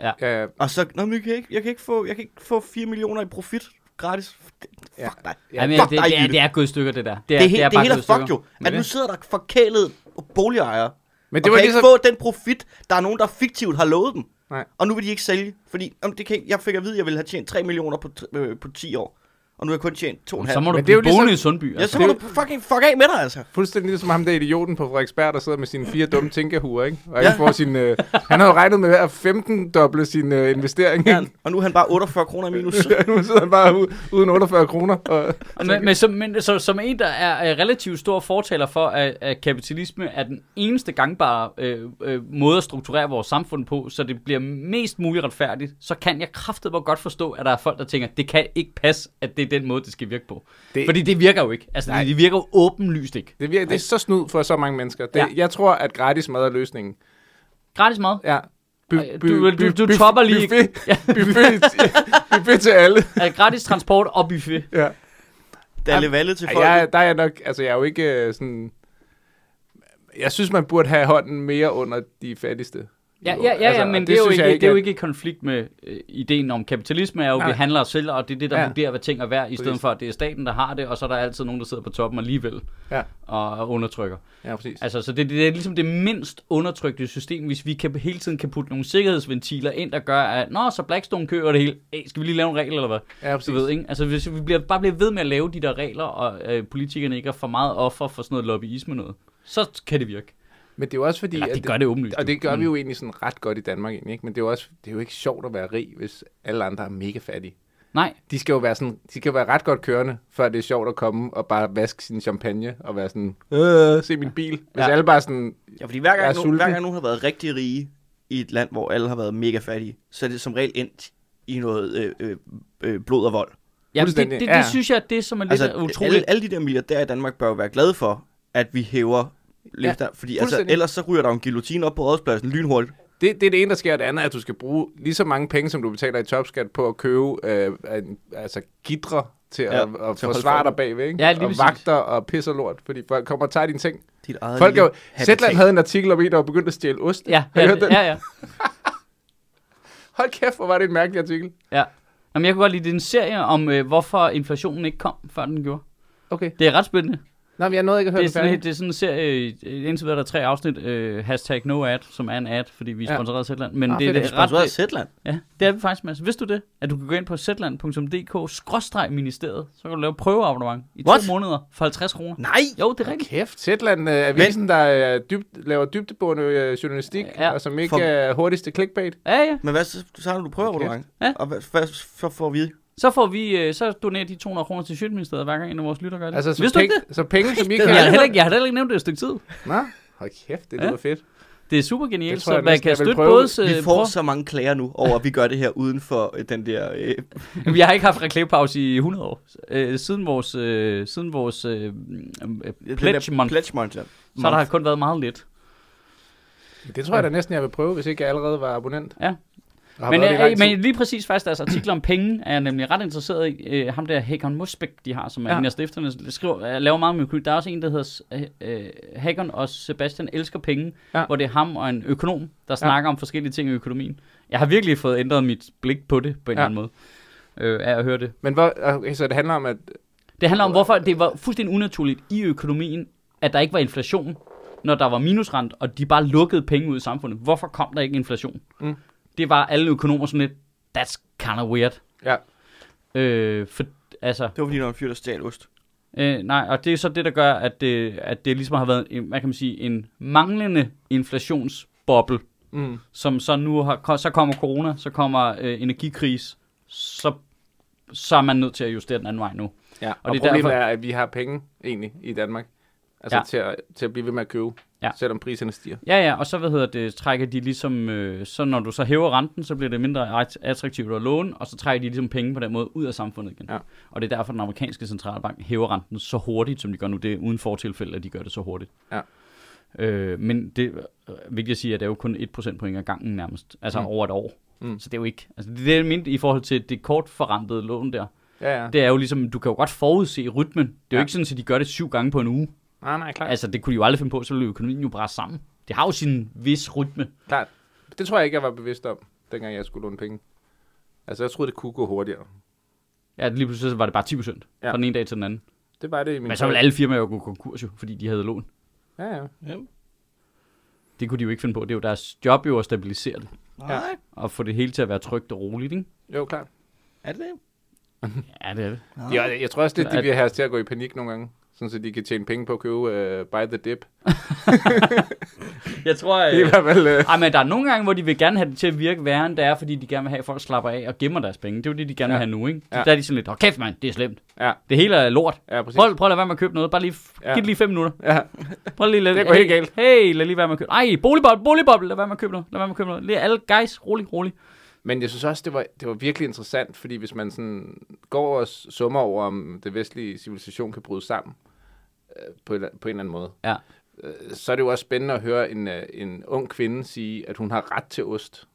A: Ja.
B: ja, ja,
C: Og så, nå, men jeg kan ikke, jeg kan ikke, få, jeg kan ikke få 4 millioner i profit gratis. Fuck
B: Ja.
C: dig.
A: Ja, Jamen, det,
C: fuck
A: det,
C: dig,
A: det, er,
C: Jytte.
A: det er gået i stykker, det der.
C: Det, er, helt, det, er
A: bare
C: helt
A: gået i
C: af fuck
A: stykker.
C: jo. At nu sidder der forkælede boligejere,
B: Men
C: det
B: det
C: og
B: var
C: kan
B: ligesom...
C: ikke få den profit, der er nogen, der fiktivt har lovet dem.
B: Nej.
C: Og nu vil de ikke sælge, fordi om det kan, ikke- jeg fik at vide, at jeg ville have tjent 3 millioner på, t- øh, på 10 år. Og nu har jeg kun tjent 2,5.
A: Så må du
B: Men det er
A: blive
B: jo ligesom-
A: boende i Sundby.
C: Ja, så
A: Altså.
C: må
B: det
C: du
B: er
C: fucking fuck af med dig, altså.
B: Fuldstændig ligesom ham der idioten på Frederiksberg, der sidder med sine fire dumme tænkehuer, ikke? Og
C: Ja.
B: ja. får sin, øh, han har jo regnet med at 15 doble sin øh, investering,
C: Ja,
B: ikke?
C: og nu er han bare 48 kroner i minus.
B: nu sidder han bare u- uden 48 kroner. Og,
A: Men, men, som, men så, som en, der er øh, relativt stor fortaler for, at, at kapitalisme er den eneste gangbare øh, øh, måde at strukturere vores samfund på, så det bliver mest muligt retfærdigt, så kan jeg kraftedeme godt forstå, at der er folk, der tænker, det kan ikke passe, at det er den måde, det skal virke på. Det...
B: Det-
A: Fordi det virker jo ikke. Altså, det, det virker jo åbenlyst ikke.
B: det, vir- det er så snyd for så mange mennesker. Det,
A: Ja.
B: ja. Jeg tror, at gratis mad er løsningen.
A: Gratis mad.
B: Ja. By,
A: Ej, du- du- du topper lige-
B: Buffet,
A: Ja.
B: [laughs] buffet,
A: [laughs]
B: buffet til alle.
A: Ja. Altså, Gratis [laughs] transport og buffet.
B: Ja.
C: Dalle Valle til
B: Ej,
C: folk.
B: jeg, er- der er jeg nok, altså jeg er jo ikke øh, sådan... Jeg synes, man burde have hånden mere under de fattigste.
A: Ja, ja, ja,
B: Altså,
A: ja
B: og
A: men det,
B: det
A: det, er jo
B: synes
A: ikke,
B: jeg
A: ikke, det er jo
B: at-
A: ikke i konflikt med øh, ideen om kapitalisme, er jo, Nej. vi
B: Nej.
A: handler og sælger, og det er det, der ja.
B: Ja.
A: vurderer, hvad ting er værd, i stedet
B: Præcis.
A: for, at det er staten, der har det, og så er der altid nogen, der sidder på toppen alligevel
B: Ja,
A: og og undertrykker.
B: ja præcis.
A: Altså, så det, det er ligesom det mindst undertrykte system, hvis vi kan, hele tiden kan putte nogle sikkerhedsventiler ind, der gør, at nå, så Blackstone kører det hele. Hey, skal vi lige lave en regel, eller hvad?
B: Ja,
A: Du
B: præcis.
A: ved, ikke? Altså, hvis vi bliver, bare bliver ved med at lave de der regler, og øh, politikerne ikke er for meget offer for sådan noget lobbyisme noget, så kan det virke.
B: Men det er jo også fordi...
A: Eller,
B: at
A: det gør det åbenlyst. Mm.
B: Og det gør vi jo egentlig sådan ret godt i Danmark egentlig, ikke? Men det er jo også, det er jo ikke sjovt at være rig, hvis alle andre er mega fattige.
A: Nej,
B: De skal jo være, sådan, de skal være ret godt kørende, før det er sjovt at komme og bare vaske sin champagne og være sådan, øh, se min bil. Hvis
A: Ja.
B: ja. alle bare sådan,
C: Ja, fordi hver
B: Jeg er
C: gang, nogen,
B: sulten.
C: hver gang nogen har været rigtig rige i et land, hvor alle har været mega fattige, så er det som regel endt i noget øh, øh, øh, blod og vold.
A: ja, det, det, det,
B: Fuldstændig,
A: det
B: ja.
A: synes jeg, er det som er lidt altså,
C: Altså,
A: utroligt.
C: alle, alle de der milliardærer i Danmark bør jo være glade for, at vi hæver lifter, fordi altså,
B: fuldstændig.
C: ellers så ryger der jo en guillotine op på rådspladsen lynhurtigt.
B: det, det er det ene, der sker. Det andet er, at du skal bruge lige så mange penge, som du betaler i topskat på at købe øh, en, altså gidre til
C: Ja,
B: ja, at,
C: til
B: at
C: at holde
B: forsvare
C: folk.
B: dig bagved, ikke?
A: Ja, lige
B: og
A: præcis.
B: vagter og pisser lort, fordi folk kommer og tager dine ting.
C: Dit eget
B: Folk er
C: lille
B: jo,
C: habitat.
B: Zetland havde en artikel om en, der var begyndt at stjæle ost.
A: Ja,
B: Har I
A: ja,
B: hørt den?
A: ja, ja.
B: Hold kæft, hvor var det en mærkelig artikel.
A: ja. Jamen, jeg kunne godt lide, det er en serie om, øh, hvorfor inflationen ikke kom, før den gjorde.
B: Okay.
A: Det er ret spændende.
B: Nej, men jeg nåede ikke at høre
A: Det er,
B: det,
A: sådan,
B: færdigt.
A: det er sådan en serie, øh, indtil videre der er tre afsnit, øh, hashtag no ad, som er en ad, fordi vi er
B: Ja.
A: sponsoreret af Zetland. Men
B: Ah,
A: det, er
B: fedt,
A: det,
B: vi
A: er
C: Sponsoreret af
A: ret,
C: Zetland.
A: ja, det er vi faktisk, Mads. Vidste du det? At du kan gå ind på zetland.dk-ministeriet, så kan du lave prøveabonnement i
C: What?
A: to måneder for 50 kroner.
C: Nej!
A: Jo, det er
B: Hold
A: rigtigt.
B: kæft, Zetland øh, avisen, der øh, dybt, laver dybdebående øh, journalistik,
A: Ja.
B: ja. og som ikke
C: For-
B: For... er hurtigste clickbait.
A: Ja, ja.
C: Men hvad så, så har du prøver,
B: Kæft.
C: okay.
A: Ja.
C: Og hvad, hvad, så får vi...
A: Så, får vi, øh, så donerer de 200 kroner til Sjøtministeriet, hver gang en af vores lytter gør det.
B: Altså, så,
A: Vidste du ikke
B: penge,
A: det?
B: så penge, som I
C: det
B: kan...
A: Jeg har, heller ikke, jeg har heller ikke nævnt det i et stykke tid.
B: Nå, hold kæft, det
A: Ja.
B: lyder ja. fedt.
A: Det er super genialt,
B: Det tror
A: så
B: jeg
A: man
B: næsten,
A: kan
B: jeg vil
A: støtte
B: prøve.
A: både... øh,
C: Vi får
A: prøv-
C: så mange klager nu over, at vi gør det her uden for øh, den der... Øh,
A: [laughs] Vi har ikke haft reklamepause i 100 år. Øh, siden vores, øh, siden vores øh, øh,
C: den
A: pledge
C: der
A: month,
C: Pledge month, ja.
A: så har der kun været meget lidt.
B: Det tror jeg da næsten, jeg vil prøve, hvis ikke jeg allerede var abonnent.
A: Ja.
B: Og har
A: Men,
B: været det i
A: jeg,
B: lang
A: øh,
B: tid.
A: men lige præcis faktisk deres artikler om penge er jeg nemlig ret interesseret i. Øh, ham der Hakon Musbæk, de har, som er ja.
B: Ja.
A: en af stifterne, skriver, jeg laver meget med økonomi. Der er også en, der hedder øh, øh, Hakon og Sebastian elsker penge, ja.
B: Ja.
A: hvor det er ham og en økonom, der snakker om forskellige ting i økonomien. Jeg har virkelig fået ændret mit blik på det på en eller
B: Ja.
A: anden måde. Øh, af at høre det.
B: men hvor, okay, så det handler om, at...
A: Det handler om, hvorfor det var fuldstændig unaturligt i økonomien, at der ikke var inflation, når der var minusrent, og de bare lukkede penge ud i samfundet. Hvorfor kom der ikke inflation?
B: Mm.
A: Det var alle økonomer sådan lidt, that's kind of weird.
B: Ja,
A: Øh, for, altså,
C: Det var fordi, der var en fyr, der stjal ost.
A: øh, nej, og det er så det, der gør, at det, at det ligesom har været, en, hvad kan man sige, en manglende inflationsboble,
B: mm.
A: som så nu har, så kommer corona, så kommer øh, energikris, så, så er man nødt til at justere den anden vej nu.
B: ja.
A: det er
B: og, og problemet
A: derfor-
B: derfor... er, at vi har penge egentlig i Danmark. Altså
A: Ja.
B: ja. til, at, til at blive ved med at købe,
A: Ja.
B: ja. selvom priserne stiger.
A: Ja, ja, og så, hvad hedder det, trækker de ligesom, øh, så når du så hæver renten, så bliver det mindre at- attraktivt at låne, og så trækker de ligesom penge på den måde ud af samfundet igen.
B: Ja.
A: Og det er derfor, den amerikanske centralbank hæver renten så hurtigt, som de gør nu. Det er uden fortilfælde, at de gør det så hurtigt.
B: Ja.
A: Øh, men det er vigtigt at sige, at det er jo kun 1 procentpoint ad gangen nærmest, altså mm.
B: Mm.
A: over et år. Mm.
B: Mm.
A: Så det er jo ikke, altså det er det, jeg mente i forhold til det kortforrentede lån der.
B: Ja, ja. Det...
A: Det er jo ligesom, du kan jo godt forudse rytmen. Det er jo
B: Ja.
A: ikke sådan, at de gør det syv gange på en uge.
B: Nej, nej, klart.
A: Altså, det kunne de jo aldrig finde på, så ville økonomien jo brænde sammen. Det har jo sin vis rytme.
B: Klart. Det tror jeg ikke, jeg var bevidst om, dengang jeg skulle låne penge. Altså, jeg troede, det kunne gå hurtigere.
A: Ja, lige pludselig så var det bare 10 procent ja.
B: Ja.
A: fra den ene dag til den anden.
B: Det var det i min
A: Men så ville alle firmaer jo gå konkurs jo, fordi de havde lån.
B: Ja, ja.
C: Ja.
A: Det kunne de jo ikke finde på. Det er jo deres job jo at stabilisere det.
C: Nej,
A: Og få det hele til at være trygt og roligt, ikke?
B: Jo, klart.
C: er det det?
A: Ja, det er det.
B: Ja, jeg, jeg tror også, det er,
A: At-
B: de bliver her til at gå i panik nogle gange. Sådan, så de kan tjene penge på at købe uh, Buy the Dip.
A: Jeg tror,
B: Det er i hvert fald... Uh,
A: Ej, men der er nogle gange, hvor de vil gerne have det til at virke værre, end det er, fordi de gerne vil have, at folk slapper af og gemmer deres penge. Det er jo det, de gerne vil
B: Ja.
A: have nu, ikke? Så
B: Ja.
A: Der er de sådan lidt, åh kæft mand, det er slemt.
B: ja,
A: Det hele er lort.
B: ja, præcis.
A: Prøv, prøv at lade være med at købe noget. Bare lige, ja.
B: Ja.
A: giv det lige fem minutter.
B: Ja,
A: Prøv lige at lade,
B: Det går helt
A: hey,
B: galt.
A: Hey, lad lige være med at købe. Ej, boligboble, boligboble. Lad være med at købe noget. Lad være med at købe noget. Lige alle guys, rolig, rolig.
B: men jeg synes også, det var, det var virkelig interessant, fordi hvis man sådan går og s- summer over, om det vestlige civilisation kan bryde sammen øh, på, en, på en eller anden måde,
A: Ja.
B: øh, så er det jo også spændende at høre en, øh, en ung kvinde sige, at hun har ret til
A: [laughs]
B: ost.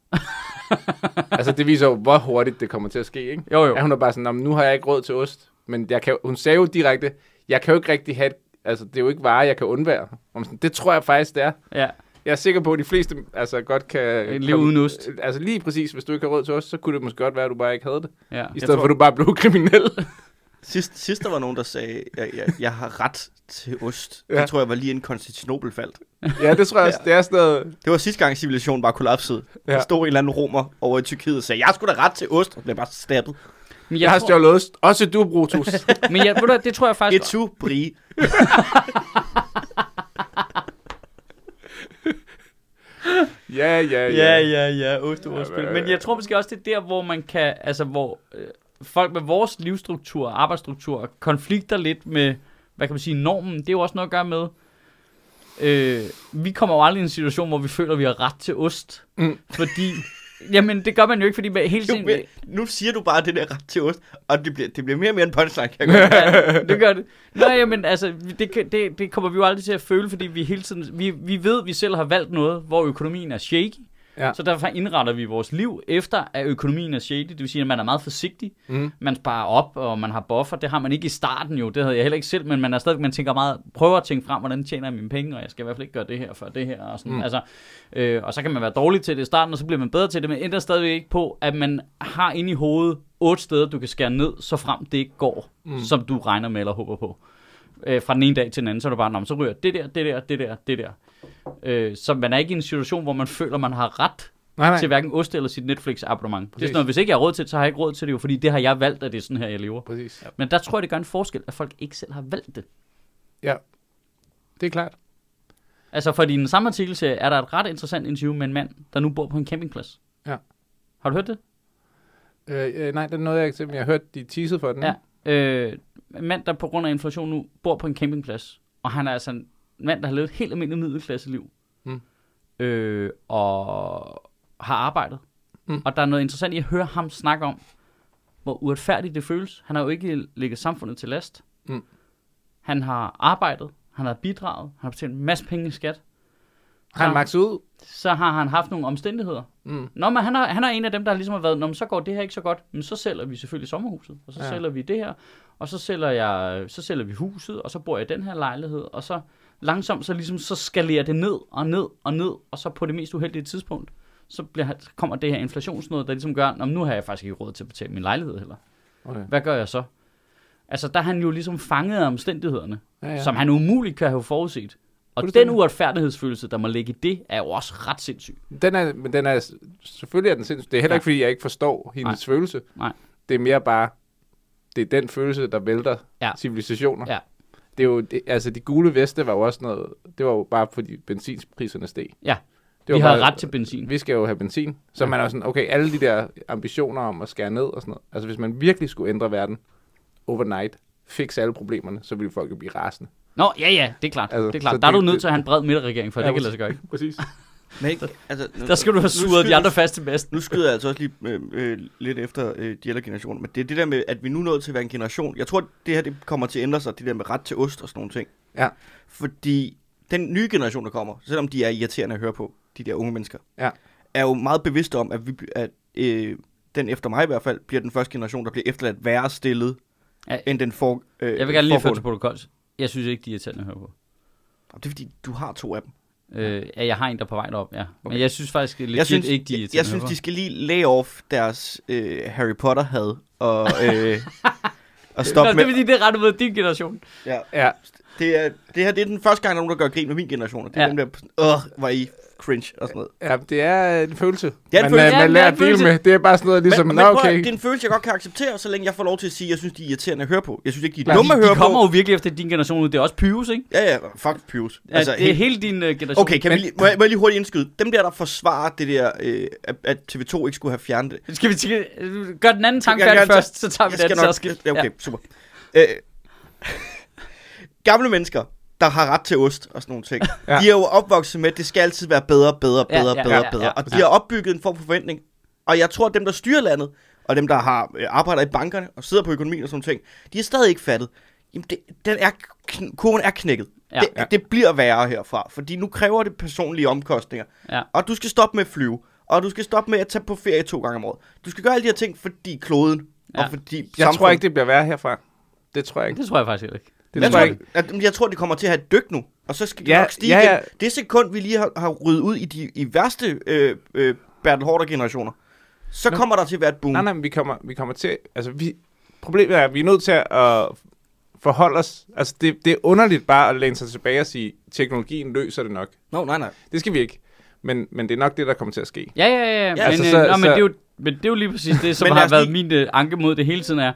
B: altså, det viser jo, hvor hurtigt det kommer til at ske, ikke?
A: Jo, jo.
B: At hun er bare sådan, "Nå, men nu har jeg ikke råd til ost. Men jeg kan, jo-" hun sagde jo direkte, jeg kan jo ikke rigtig have, et- altså det er jo ikke varer, jeg kan undvære. Og man sådan, det tror jeg faktisk, det er.
A: Ja.
B: Jeg er sikker på, at de fleste altså, godt kan...
A: Leve uden ost.
B: Altså lige præcis, hvis du ikke har råd til ost, så kunne det måske godt være, at du bare ikke havde det.
A: ja.
B: I stedet
C: tror-
B: for, at du bare blev
A: [laughs]
B: kriminel.
C: Sidst, sidst der var nogen, der sagde, jeg, jeg, jeg har ret til ost. Ja.
B: Ja.
C: Det tror jeg var lige en Konstantinopel faldt.
B: ja, det tror jeg også, det er sådan noget...
C: Det var sidste gang, civilisationen bare kollapsede. Ja. Der
B: Ja.
C: stod en eller anden romer over i Tyrkiet og sagde, jeg skulle da ret til ost, og blev bare stabbet.
A: Men jeg,
B: Jeg, har
A: tror,
B: stjålet ost. Også du, Brutus.
A: [laughs] men jeg, ved du, hvad, det tror jeg faktisk...
C: Et tu, brie.
B: ja, ja,
A: Ja, ja,
B: ja.
A: ja, osteordspil.
B: Ja,
A: Ja,
B: hvad-
A: men jeg tror måske også, det er der, hvor man kan, altså hvor øh, folk med vores livsstruktur, arbejdsstruktur, konflikter lidt med, hvad kan man sige, normen, det er jo også noget at gøre med, øh, vi kommer jo aldrig i en situation, hvor vi føler, vi har ret til ost, mm.
B: Mm.
A: fordi, jamen det gør man jo ikke, fordi man hele
C: Jo,
A: tiden,
C: men, nu siger du bare det der ret til ost, og det bliver, det bliver mere og mere en punchline, kan jeg godt.
A: ja, det gør det. Nej, jamen altså, vi- det, kan- det, det kommer vi jo aldrig til at føle, fordi vi hele tiden, vi, vi ved, vi selv har valgt noget, hvor økonomien er shaky,
B: Ja.
A: så derfor indretter vi vores liv efter, at økonomien er shaky, det vil sige, at man er meget forsigtig,
B: Mm.
A: man sparer op, og man har buffer, det har man ikke i starten jo, det havde jeg heller ikke selv, men man er stadig, man tænker meget, prøver at tænke frem, hvordan tjener jeg mine penge, og jeg skal i hvert fald ikke gøre det her før det her, og sådan, mm.
B: Mm.
A: altså, øh, og så kan man være dårlig til det i starten, og så bliver man bedre til det, men ændrer stadigvæk ikke på, at man har inde i hovedet otte steder, du kan skære ned, så frem det ikke går, mm. som du regner med eller håber på. Øh, fra den ene dag til den anden, så er du bare, "Nå, men så ryger det der, det der, det der, det der. Øh, så man er ikke i en situation, hvor man føler, man har ret
B: Ah, Nej, nej.
A: til hverken ost eller sit Netflix-abonnement. Det er
B: Præcis.
A: sådan noget, hvis ikke jeg har råd til det, så har jeg ikke råd til det jo, fordi det har jeg valgt, at det er sådan her, jeg lever.
B: Præcis.
A: Men der tror jeg, det gør en forskel, at folk ikke selv har valgt det.
B: Ja. Det er klart.
A: Altså, fordi i den samme artikelserie er der et ret interessant interview med en mand, der nu bor på en campingplads.
B: Ja.
A: Har du hørt det?
B: Øh, øh, nej, den nåede jeg ikke til, men jeg hørte, de teasede for den.
A: Ja. Øh, en mand, der på grund af inflation nu bor på en campingplads. Og han er altså en mand, der har levet et helt almindeligt middelklasseliv.
B: Mm.
A: Øh, og har arbejdet.
B: Mm.
A: Og der er noget interessant i at høre ham snakke om, hvor uretfærdigt det føles. Han har jo ikke ligget samfundet til last.
B: Mm.
A: Han har arbejdet, han har bidraget, han har betalt en masse penge i skat.
B: Har han
A: Ja.
B: makset ud?
A: Så har han haft nogle omstændigheder,
B: Mm.
A: Nå, men han er, han er en af dem, der ligesom har været, Nå, men så går det her ikke så godt, men så sælger vi selvfølgelig sommerhuset, og så ja.
B: Ja.
A: sælger vi det her, og så sælger, jeg, så sælger vi huset, og så bor jeg i den her lejlighed, og så langsomt, så ligesom, så skalerer det ned og ned og ned, og så på det mest uheldige tidspunkt, så bliver, han- så kommer det her inflationsnød, der ligesom gør, Nå, men nu har jeg faktisk ikke råd til at betale min lejlighed heller.
B: Okay.
A: Hvad gør jeg så? Altså, der er han jo ligesom fanget af omstændighederne,
B: Ja,
A: ja.
B: ja.
A: som han umuligt kan have forudset. Og den
B: Fuldstændig.
A: uretfærdighedsfølelse, der må ligge i det, er jo også ret sindssyg.
B: Den er, men den er, selvfølgelig er den sindssyg. Det er heller
A: Ja.
B: ikke, fordi jeg ikke forstår hendes følelse.
A: Nej.
B: Det er mere bare, det er den følelse, der vælter
A: Ja.
B: ja. civilisationer.
A: Ja.
B: Det er jo, det, altså de gule veste var jo også noget, det var jo bare fordi benzinpriserne steg.
A: Ja,
B: Det
A: vi
B: var
A: har
B: bare-
A: ret til benzin.
B: Vi skal jo have benzin. Så man er jo sådan, okay, alle de der ambitioner om at skære ned og sådan noget. Altså hvis man virkelig skulle ændre verden overnight, fikse alle problemerne, så ville folk jo blive rasende.
A: Nå, ja, ja, det er klart. Altså,
B: Altså,
A: det er
B: så
A: klart. Der er
B: det-
A: du nødt
B: det-
A: til at have en bred midterregering, for ja,
B: Ja,
A: det kan lade
B: præcis.
A: sig gøre, ikke?
B: Præcis.
C: Men ikke, altså, nu,
A: Der skal du have
C: nu
A: suret de
C: skyder-
A: andre fast til bedst.
C: Nu skyder jeg altså også lige øh, øh, lidt efter øh, de ældre generationer, men det er det der med, at vi nu er nået til at være en generation. Jeg tror, det her det kommer til at ændre sig, det der med ret til ost og sådan nogle ting.
B: Ja.
C: Fordi den nye generation, der kommer, selvom de er irriterende at høre på, de der unge mennesker,
B: Ja.
C: er jo meget bevidste om, at, vi, at øh, den efter mig i hvert fald, bliver den første generation, der bliver efterladt værre stillet,
A: Ja.
C: ja. end den for, øh,
A: Jeg vil gerne lige føre til
C: foregående.
A: protokols. Jeg synes ikke, de er irriterende at høre på.
C: Det er fordi, du har to af dem.
A: Øh, ja, jeg har en, der er på vej derop, ja. Okay.
C: Okay.
A: Men jeg synes faktisk legit
C: jeg synes,
A: ikke, de er
C: jeg, jeg synes, de skal lige lay off deres øh, Harry Potter-had og,
A: [laughs]
C: øh, og
A: Stop Nå, med...
C: stoppe
A: det er
C: med...
A: fordi, det er rettet mod din generation.
C: Ja,
B: Ja,
C: det, er, det her det er den første gang, der er nogen, der gør grin med min generation. og Det er
A: Ja.
C: ja. dem der, åh, var I cringe og sådan noget.
B: ja det er en følelse.
C: Det er en
B: man,
C: følelse.
B: øh,
A: Ja, det er
B: man lærer
A: en
B: at dele
A: følelse.
B: med. Det er bare sådan noget, ligesom,
C: men,
B: nå
C: prøv at-
B: okay.
C: det er en følelse, jeg godt kan acceptere, så længe jeg får lov til at sige, at jeg synes, de er irriterende at høre på. Jeg synes ikke, de er
B: Klar,
C: dumme
A: De,
C: at høre
A: de kommer
C: på.
A: jo virkelig efter din generation ud. Det er også Pyrus, ikke?
C: Ja, ja, fuck Pius.
A: Ja, altså, det er hele din uh, generation.
C: Okay, kan vi lige, må, jeg, må jeg lige hurtigt indskyde? Dem der, der forsvarer det der, øh, at- at TV2 ikke skulle have fjernet det.
A: Skal vi tjekke- gøre den anden tanke
C: Jeg- jeg-
A: færdig
C: jeg-
A: først, så tager vi den særskilt.
C: Ja, okay, super. Øh, gamle mennesker, der har ret til ost og sådan nogle
A: [laughs]
C: ting, ja.
B: Ja.
C: de er jo opvokset med, at det skal altid være bedre, bedre,
A: Ja,
C: bedre,
A: ja,
C: bedre,
A: ja, ja,
C: bedre.
A: ja.
C: Og de
A: Ja.
C: har opbygget en form for forventning. Og jeg tror, at dem, der styrer landet, og dem, der har øh, arbejder i bankerne og sidder på økonomien og sådan nogle ting, de er stadig ikke fattet. Jamen, det, den er, kn- kurven er knækket.
A: Ja.
C: Ja, det, ja. det bliver værre herfra, fordi nu kræver det personlige omkostninger.
A: Ja.
C: Og du skal stoppe med at flyve, og du skal stoppe med at tage på ferie to gange om året. Du skal gøre alle de her ting, fordi kloden,
A: Ja.
C: ja. og fordi
B: Jeg tror ikke, det bliver værre herfra. Det tror jeg ikke.
A: Det tror jeg faktisk heller ikke.
B: Det
C: jeg,
B: tror
C: tror,
B: jeg ikke.
C: ikke. At, jeg tror, det kommer til at have et dyk nu, og så skal det
B: Ja,
C: nok stige
B: ja, ja.
C: igen. Det sekund, vi lige har, har ryddet ud i de i værste øh, øh, Bertel Hårder-generationer, så kommer der til at være et boom.
B: Nej, nej, men vi kommer, vi kommer til... Altså, vi, problemet er, at vi er nødt til at forholde os... Altså, det, det er underligt bare at læne sig tilbage og sige, teknologien løser det nok.
C: Nå, nej, nej.
B: Det skal vi ikke. Men, men det er nok det, der kommer til at ske.
A: Ja, ja, ja. ja men,
B: altså,
A: øh,
B: så-
A: nå, men,
B: så-
A: det er jo, men det er jo lige præcis det, som
C: Men lad
A: har
C: os
A: været
C: lige-
A: min øh, anke mod det hele tiden er,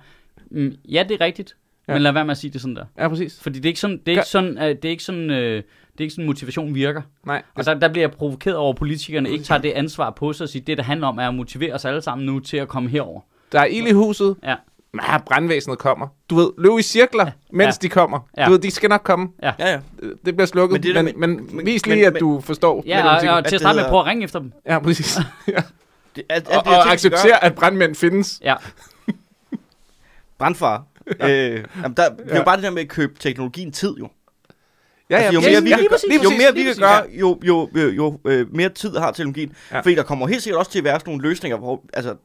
A: mm, ja, det er rigtigt, ja.
B: Ja.
A: men lad være med at sige det sådan der.
B: Ja, præcis.
A: Fordi det er ikke sådan, det er
B: Gør-
A: ikke sådan, øh, det er ikke sådan, øh, det er ikke sådan motivation virker.
B: Nej. altså,
A: Og der, der bliver jeg provokeret over, at politikerne ikke tager det ansvar på sig og siger, det der handler om er at motivere os alle sammen nu til at komme herover.
B: Der er ild i huset.
A: Ja.
B: Nej, brandvæsenet kommer. Du ved, løb i cirkler, mens
A: Ja.
B: de kommer.
A: Ja.
B: Du ved, de skal nok komme.
C: Ja, ja.
B: Øh, Det bliver slukket,
C: Men
B: men,
C: det der
B: det men, men,
C: men-
B: vis
C: men-
B: lige, at
C: men-
B: du forstår
A: Ja, og,
B: matematikken.
A: og til at
C: det
A: starte med,
C: hedder-
A: prøv at ringe efter dem.
B: ja, præcis. ja.
C: Det, [laughs] alt, alt
B: Og,
C: det, jeg
B: og
C: tænker, vi Altså, skal gøre-
B: acceptere, at brandmænd findes.
A: Ja,
C: Brandfar. øh, jamen, der, det er jo
B: Ja.
C: bare det der med at købe teknologien tid, jo.
B: Ja,
C: Altså, jo
B: præcis.
C: mere vi
B: Ja,
A: kan- lige
C: Jo
A: præcis,
C: mere vi
A: lige præcis.
C: kan gøre, jo, jo, jo, jo øh, mere tid har teknologien.
B: Ja.
C: Ja. Fordi der kommer helt sikkert også til at være sådan nogle løsninger, hvor altså,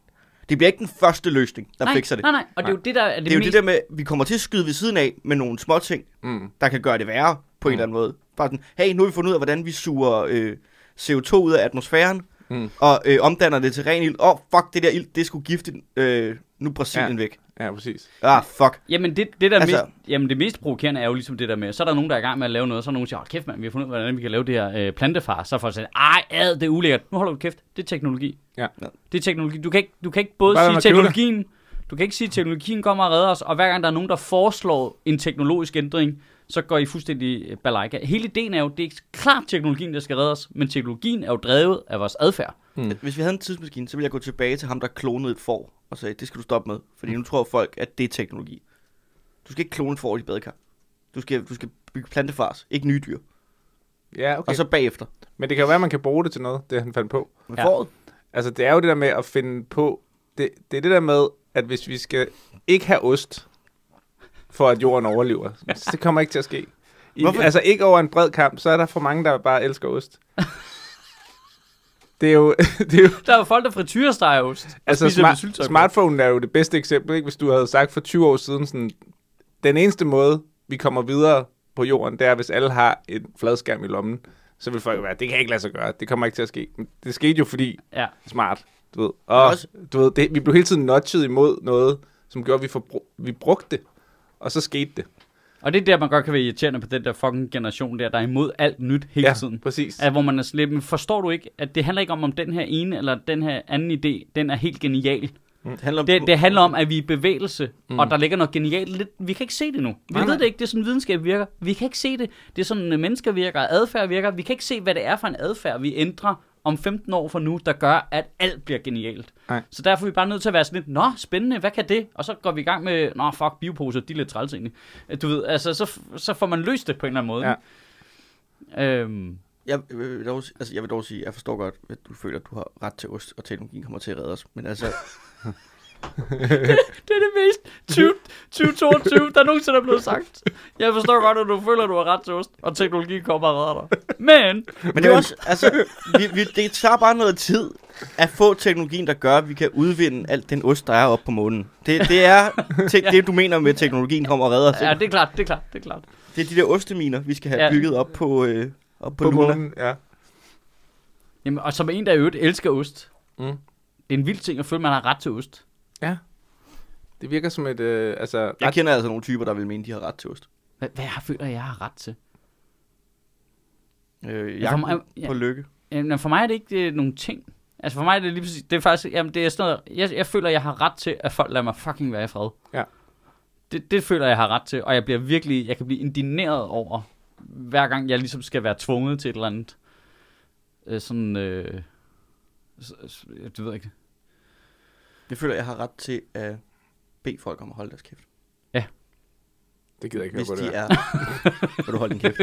C: det bliver ikke den første løsning, der
A: nej,
C: fikser det.
A: nej, nej, og det er jo det, der er det,
C: det er jo
A: mest...
C: det der med, at vi kommer til at skyde ved siden af med nogle små ting,
B: Mm.
C: der kan gøre det værre på en eller anden måde. Bare sådan, hey, nu har vi fundet ud af, hvordan vi suger øh, CO2 ud af atmosfæren,
B: Mm.
C: og øh, omdanner det til ren ild. Åh, oh, fuck, det der ild, det skulle gifte øh, nu Brasilien
B: Ja.
C: væk.
B: Ja, præcis.
C: Ah, fuck.
A: Jamen det, det der altså,
C: Altså-
A: mest, jamen det mest provokerende er jo ligesom det der med, så er der nogen, der er i gang med at lave noget, og så er nogen, der siger, "Åh, kæft mand, vi har fundet ud af, hvordan vi kan lave det her øh, plantefar. Så får folk sagt, ej, ad, det er ulækkert. Nu holder du kæft, det er teknologi.
B: Ja.
A: Det er teknologi. Du kan ikke, du kan ikke både
B: Bare lad
A: sige
B: mig købe det.
A: teknologien, du kan ikke sige, at teknologien kommer og redder os, og hver gang der er nogen, der foreslår en teknologisk ændring, så går I fuldstændig øh, balalaika. Hele ideen er jo, det er klart teknologien, der skal redde os, men teknologien er jo drevet af vores adfærd.
C: Hvis vi havde en tidsmaskine, så ville jeg gå tilbage til ham, der klonede et får, og sagde, det skal du stoppe med, fordi nu tror folk, at det er teknologi. Du skal ikke klone et får i dit badekar. Du skal, du skal bygge plantefars, ikke nye dyr. Okay.
B: Ja, okay.
C: Og så bagefter.
B: Men det kan jo være, at man kan bruge det til noget, det han fandt på.
C: Men
A: Ja.
C: ja. fåret,
B: Altså, det er jo det der med at finde på... Det, det er det der med, at hvis vi skal ikke have ost, for at jorden overlever, så det kommer ikke til at ske. I,
C: Hvorfor?
B: altså, ikke over en bred kamp, så er der for mange, der bare elsker ost. Det er jo... [laughs] Det er jo
A: Der er jo folk, der frityresteger ost.
B: altså,
A: spiser med
B: smart,
A: syltetøj på.
B: smartphone er jo det bedste eksempel, ikke? Hvis du havde sagt for 20 år siden sådan... Den eneste måde, vi kommer videre på jorden, det er, hvis alle har en fladskærm i lommen. Så vil folk jo være, det kan ikke lade sig gøre, det kommer ikke til at ske. Men det skete jo, fordi
A: Ja.
B: smart, du ved. Og
C: også-
B: du ved, det, vi blev hele tiden notchet imod noget, som gjorde, at vi, forbru- vi brugte det, og så skete det.
A: Og det er der, man godt kan være irriterende på den der fucking generation der, der er imod alt nyt hele
B: ja,
A: tiden.
B: præcis.
A: At, hvor man er sådan lidt, "Men forstår du ikke, at det handler ikke om, om den her ene eller den her anden idé, den er helt genial.
C: det handler om...
A: Det, det handler om, at vi er i bevægelse, mm. og der ligger noget genialt lidt. Vi kan ikke se det nu. Vi
B: Nej,
A: ved
B: nej.
A: det ikke, det er sådan videnskab virker. Vi kan ikke se det. Det er sådan øh, mennesker virker, og adfærd virker. Vi kan ikke se, hvad det er for en adfærd, vi ændrer om 15 år fra nu, der gør, at alt bliver genialt.
B: Nej.
A: Så derfor er vi bare nødt til at være sådan lidt, nå, spændende, hvad kan det? Og så går vi i gang med, nå, fuck, bioposer, de er lidt træls egentlig. Øh, Du ved, altså, så, så får man løst det på en eller anden måde.
B: Ja.
A: ikke? Øhm,
C: Jeg, jeg, vil dog, si- altså, jeg vil dog sige, jeg forstår godt, at du føler, at du har ret til ost, og teknologien kommer til at redde os. Men altså,
A: [laughs] Det er det mest 20 2022, der nogensinde er blevet sagt. Jeg forstår godt, at du føler, at du har ret til ost, og teknologi kommer og redder dig. Men,
C: men det er også, altså, vi, vi, det tager bare noget tid at få teknologien, der gør, at vi kan udvinde alt den ost, der er oppe på månen. Det, det er
A: [laughs]
C: te, det, du mener med, at teknologien kommer og redder os.
A: ja,
C: ikke?
A: det er klart, det er klart, det er klart.
C: Det er de der osteminer, vi skal have
A: Ja.
C: bygget op på, øh, op på, på Luna.
B: ja.
A: Jamen, og som en, der i øvrigt elsker ost.
B: Mm.
A: Det er en vild ting at føle, at man har ret til ost.
B: Det virker som et, øh, altså...
C: Jeg kender altså nogle typer, der vil mene, de har ret til ost.
A: Hvad, hvad jeg føler, jeg har ret til?
C: Øh,
A: Ja, for
C: jeg
A: mig- ja.
C: på lykke.
A: Jamen, for mig er det ikke øh, nogen ting. Altså for mig er det lige præcis, det er faktisk, jamen det er sådan noget, jeg, jeg føler, jeg har ret til, at folk lader mig fucking være i fred.
B: Ja.
A: Det, det føler jeg, jeg har ret til, og jeg bliver virkelig, jeg kan blive indineret over, hver gang jeg ligesom skal være tvunget til et eller andet. Øh, sådan, øh, s- s- det ved jeg ikke.
C: Jeg føler, jeg har ret til at bede folk om at holde deres kæft.
B: det gider jeg ikke
C: hvis
B: høre på
C: de
B: det her.
C: er... Vil du holde [laughs] din kæft?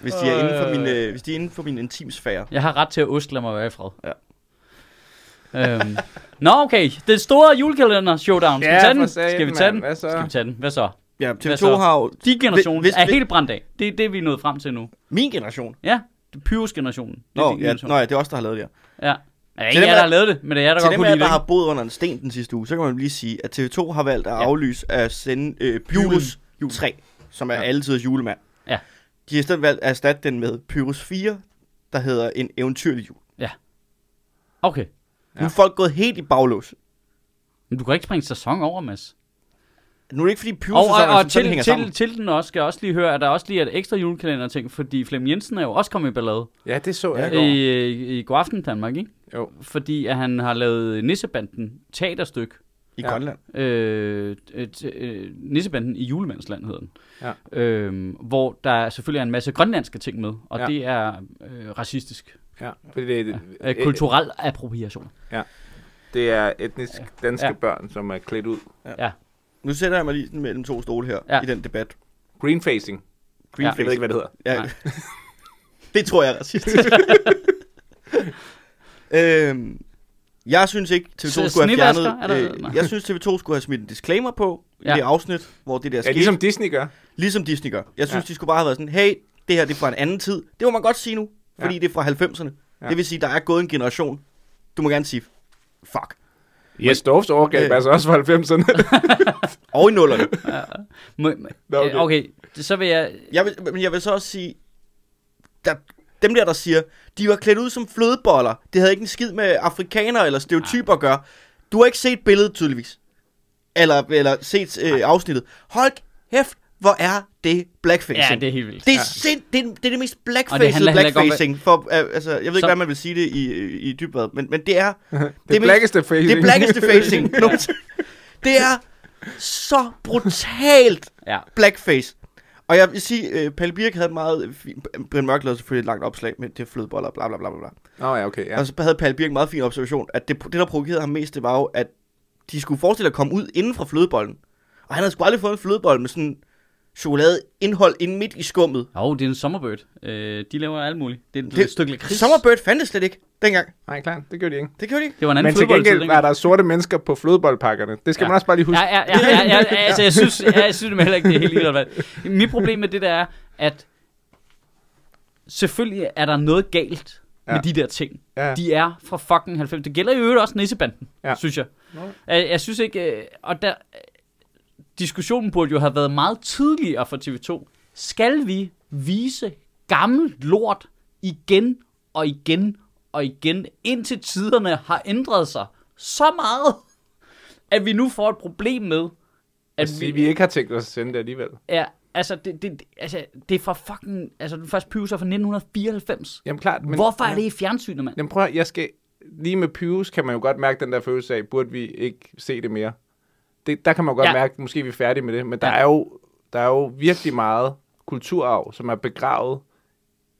C: hvis, de er inden for min, øh, hvis de er inden for min intimsfære.
A: Jeg har ret til at ost, lad mig være i fred. Ja. Øhm. Nå, okay. Det store julekalender showdown. Skal vi
B: Ja,
A: tage
B: for
A: den?
B: satan,
A: Skal vi tage
B: mand.
A: den?
B: Hvad så?
A: Skal vi tage den? Hvad så?
C: Ja,
A: Hvad
C: TV2
A: så?
C: har jo...
A: De generationer
C: Hvis-
A: er
C: hvis-
A: helt brændt af. Det er det, vi er nået frem til nu.
C: Min generation.
A: Ja, det er Pyrus-generationen. Det er
C: Nå,
A: din
C: ja,
A: generation.
C: nå ja, det er os, der har lavet det her.
A: Ja. Men det er
C: Til
A: ikke
C: dem,
A: jer, der
C: der-
A: har lavet det, men det er jer, der
C: Til
A: godt
C: dem
A: kunne
C: af jer,
A: lide
C: der
A: det.
C: har boet under en sten den sidste uge, så kan man lige sige, at TV2 har valgt at
A: Ja.
C: aflyse at sende øh, Pyrus 3, som er
B: Ja.
C: ja. alletiders julemand.
A: Ja.
C: De har i stedet valgt at erstatte den med Pyrus 4, der hedder En eventyrlig jul.
A: ikke. Okay,
C: Ja.
B: Ja.
C: Nu er folk gået helt i baglås.
A: men du kan ikke springe sæson over, Mads.
C: Nu er det ikke, fordi
A: Og, og,
C: Pyrus-sæsonen
A: og,
C: er altså, sådan,
A: til,
C: den hænger
A: til,
C: sammen.
A: til den også, skal jeg også lige høre, at der også lige er et ekstra julekalender-ting, fordi Flem Jensen er jo også kommet i ballade
B: Ja, det så jeg
C: Ja,
B: i går.
A: i, i, i Godaften Danmark, ikke?
B: Jo.
A: Fordi at han har lavet Nissebanden teaterstykke.
C: I
B: Ja.
C: Grønland.
A: Øh, et, øh, Nissebanden i julemandsland hed den.
B: Ja.
A: Øhm, hvor der selvfølgelig er en masse grønlandske ting med, og ja.
B: Ja.
A: det er øh, racistisk.
B: Ja, fordi det,
A: Ja.
B: det,
A: Øh, kulturel appropriation.
B: det er etnisk danske
A: Ja.
B: ja. børn, som er klædt ud.
C: Nu sætter jeg mig lige sådan mellem to stole her
A: Ja.
C: ja. i den debat.
B: Greenfacing.
A: Ja.
C: Greenfacing.
B: Jeg ved ikke, hvad det hedder.
C: Ja.
A: Nej.
C: [laughs] det tror jeg er
A: [laughs]
C: racistisk. øhm, jeg synes ikke, TV2
A: Så
C: skulle have
A: snevasker?
C: fjernet...
A: Er der- nej.
C: øh, jeg synes, TV2 skulle have smidt en disclaimer på
A: Ja.
C: ja. i det afsnit, hvor det der
B: Ja,
C: skete.
B: ligesom Disney gør.
C: ligesom Disney gør. Jeg synes,
B: Ja.
C: ja. de skulle bare have været sådan, hey, det her det er fra en anden tid. Det må man godt sige nu,
B: Ja.
C: fordi ja. det er fra 90'erne.
B: Ja.
C: Ja. Det vil sige, der er gået en generation. Du må gerne sige, fuck.
B: Yes, Dorfs overgreb er
C: Øh.
B: altså også fra [laughs] 90'erne.
C: Og i nullerne.
A: Må, må,
B: Nå, okay.
A: okay, okay det, så vil jeg...
C: Jeg vil, men jeg vil så også sige, der, dem der, der siger, de var klædt ud som flødeboller. Det havde ikke en skid med afrikanere eller stereotyper at gøre. Du har ikke set billedet tydeligvis. Eller, eller set øh, afsnittet. Hold kæft, hvor er det blackfacing.
A: Ja, det er helt vildt.
C: Det er,
B: Ja.
C: sind, det, er, det er det mest
A: handler
C: blackfaced
A: heller ikke om,
C: blackfacing. For, uh, altså, jeg ved ikke,
A: Så-
C: hvad man vil sige det i, i, i dybvad, men, men det er... det,
B: det
C: mest-
B: blackeste facing.
C: Det er blackeste facing. nogensinde. det er så brutalt
A: Ja.
C: blackface. Og jeg vil sige, uh, Palle Birk havde et meget fint... Brian Mørk lavede selvfølgelig et langt opslag med det flødeboller og bla bla bla bla. bla.
B: Nå ja, okay. Ja.
C: Ja. Og så havde Palle Birk en meget fin observation, at det, det, der provokerede ham mest, det var jo, at de skulle forestille at komme ud inden fra flødebollen. Og han havde sgu aldrig fået en flødebold med sådan chokoladeindhold inde midt i skummet.
A: Jo, det er en sommerbird. Øh, de laver alt muligt. Det er et
C: Det-
A: det, stykke lakrids.
C: Summerbird fandtes slet ikke dengang.
B: Nej, klart. Det gjorde de ikke.
C: Det gjorde de ikke.
A: Det var en anden
B: Men til
A: fodboldtid,
B: gengæld
A: ikke?
B: var der sorte mennesker på flodboldpakkerne. Det skal
A: Ja.
B: man også bare lige huske.
A: Ja, ja, ja, ja, ja, ja,
B: [laughs]
A: altså, jeg synes, ja, jeg synes det heller ikke, det er helt irrelevant. Mit problem med det der er, at selvfølgelig er der noget galt med
B: Ja.
A: de der ting.
B: Ja.
A: De er fra fucking 90. Det gælder i øvrigt også nissebanden,
B: Ja.
A: ja. synes jeg. Jeg, jeg synes ikke, øh, og der, øh, diskussionen burde jo have været meget tidligere for TV2. Skal vi vise gammel lort igen og igen og igen, indtil tiderne har ændret sig så meget, at vi nu får et problem med, at
B: At Altså, vi, vi ikke har tænkt os at sende det alligevel.
A: Ja, altså, det, det, det- altså, det er fra fucking... Altså, den første pyser fra 1994.
B: Jamen klart, men...
A: Hvorfor er det i fjernsynet, mand?
B: Jamen prøv at, høre, jeg skal... Lige med Pyrus kan man jo godt mærke den der følelse af, burde vi ikke se det mere? Det, der kan man jo godt
A: Ja.
B: ja. mærke, måske vi er færdige med det, men der,
A: Ja.
B: ja. er jo, der er jo virkelig meget kulturarv, som er begravet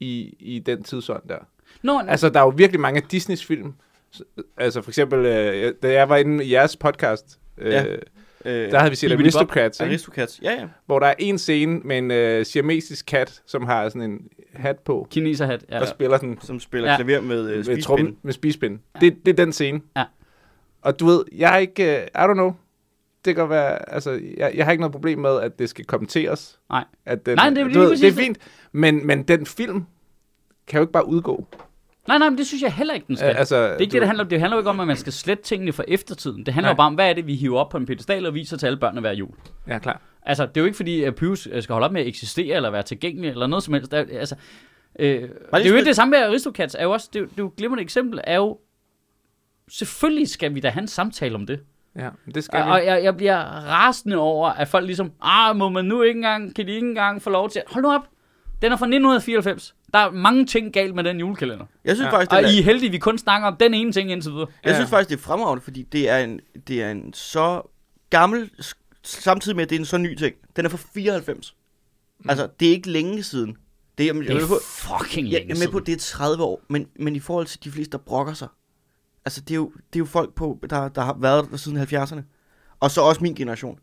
B: i, i den tidsånd der.
A: Nå, altså,
B: Altså, der er jo virkelig mange af Disneys film. S- Altså, for eksempel, øh, jeg- da jeg var inde i jeres podcast, øh,
C: Ja.
B: Øh, der havde vi set
A: Bibbidi
B: Aristocrats, ikke?
C: Aristocats. Ja, ja.
B: hvor der er en scene med en øh, siamesisk kat, som har sådan en hat på,
A: kineserhat. Ja,
B: ja. og spiller den
C: Som spiller
A: Ja.
C: ja. klaver med øh,
B: med,
C: spispinden.
B: trum, med spispind. Ja. Det, det er den scene.
A: Ja.
B: Og du ved, jeg er ikke, øh, I don't know, det kan godt være, altså, jeg, jeg har ikke noget problem med, at det skal kommenteres.
A: nej.
B: At den,
A: Nej, det er
B: du
A: lige præcis
B: det er
A: det.
B: fint, men, men den film kan jo ikke bare udgå.
A: Nej, nej, men det synes jeg heller ikke, den skal.
B: Øh,
A: det
B: altså,
A: er ikke
B: du-
A: det, det handler om. Det handler jo ikke om, at man skal slette tingene fra eftertiden. Det handler
B: Nej.
A: jo bare om, hvad er det, vi hiver op på en pedestal og viser til alle børn at være jul.
B: Ja, klar.
A: Altså, det er jo ikke fordi, at Pyrus øh, skal holde op med at eksistere, eller være tilgængelig, eller noget som helst. Der, altså, øh, det er jo ikke det samme med Aristocats. Er jo også, det, er jo- det er jo et glimrende eksempel, er jo... Selvfølgelig skal vi da have en samtale om det.
B: Ja, men det skal
A: Og,
B: vi.
A: og jeg, jeg bliver rasende over, at folk ligesom, ah, må man nu ikke engang, kan de ikke engang få lov til at... Hold nu op! Den er fra 1994. Der er mange ting galt med den julekalender.
C: Jeg synes
B: Ja.
C: ja. faktisk,
A: Og
C: Altså, den
A: I
C: er,
A: er heldige, vi kun snakker om den ene ting indtil videre.
C: jeg
B: Ja.
C: synes faktisk, det er fremragende, fordi det er en, det er en så gammel, s- samtidig med, at det er en så ny ting. Den er fra 94. Mm. Altså, det er ikke længe siden. Det er, jeg,
A: Det
C: jeg,
A: er fucking
C: jeg, jeg
A: længe
C: er med på,
A: siden.
C: at det er 30 år, men, men i forhold til de fleste, der brokker sig, altså det er jo, det er jo folk, på, der, der har været der siden 70'erne, og så også min generation.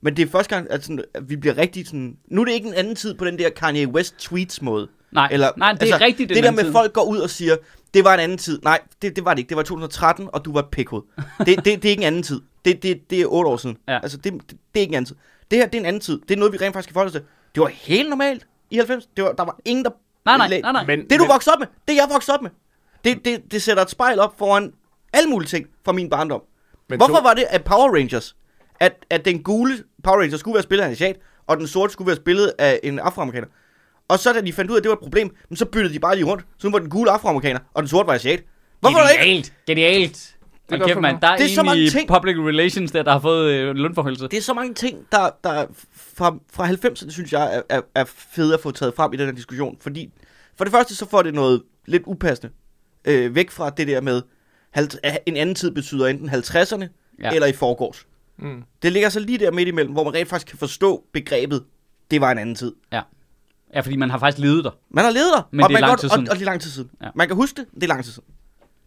C: Men det er første gang, at, sådan, at vi bliver rigtig sådan... Nu er det ikke en anden tid på den der Kanye West tweets-måde.
A: Nej, nej, det er rigtigt, det er
C: altså, Det
A: en
C: der
A: anden
C: med,
A: tid.
C: at folk går ud og siger, det var en anden tid. Nej, det, det var det ikke. Det var 2013, og du var et pikhoved. Det, det, det er ikke en anden tid. Det, det, det er otte år siden.
A: Ja.
C: Altså, det, det, det er ikke en anden tid. Det her, det er en anden tid. Det er noget, vi rent faktisk skal forholde os til. Det var helt normalt i 90. Det var, der var ingen, der...
A: Nej, nej, nej, nej.
B: Men-
C: Det du voksede op med, det jeg voksede op med. Det, det, det sætter et spejl op foran alle mulige ting fra min barndom.
B: Men
C: Men Hvorfor
B: to-
C: to... var det, at Power Rangers, at, at den gule Power Ranger skulle være spillet af en asiat, og den sorte skulle være spillet af en afroamerikaner? Og så da de fandt ud af, at det var et problem, men så byttede de bare lige rundt. Så nu var den gule afroamerikaner, og den sorte var asiat. Hvorfor var det ikke?
A: Genialt, genialt.
B: er
A: Det
B: godt
A: kæft,
B: for
A: mand.
B: mig.
A: Der er,
C: Det er så mange
A: egentlig
C: ting.
A: public relations der, der har fået øh, lønforhøjelse.
C: Det er så mange ting, der, der fra, fra 90'erne, synes jeg, er, er, er fede at få taget frem i den her diskussion. Fordi for det første, så får det noget lidt upassende øh, væk fra det der med, halv- en anden tid betyder enten 50'erne
A: Ja.
C: ja. eller i forgårs.
B: Mm.
C: Det ligger så lige der midt imellem, hvor man rent faktisk kan forstå begrebet, det var en anden tid.
A: Ja, fordi man har faktisk levet der.
C: Man har levet der,
A: Men
C: og,
A: det er
C: man
A: lang
C: godt,
A: tid
C: og,
A: siden.
C: og det er lang tid siden.
A: Ja.
C: Ja. Man kan huske det, det er lang tid siden.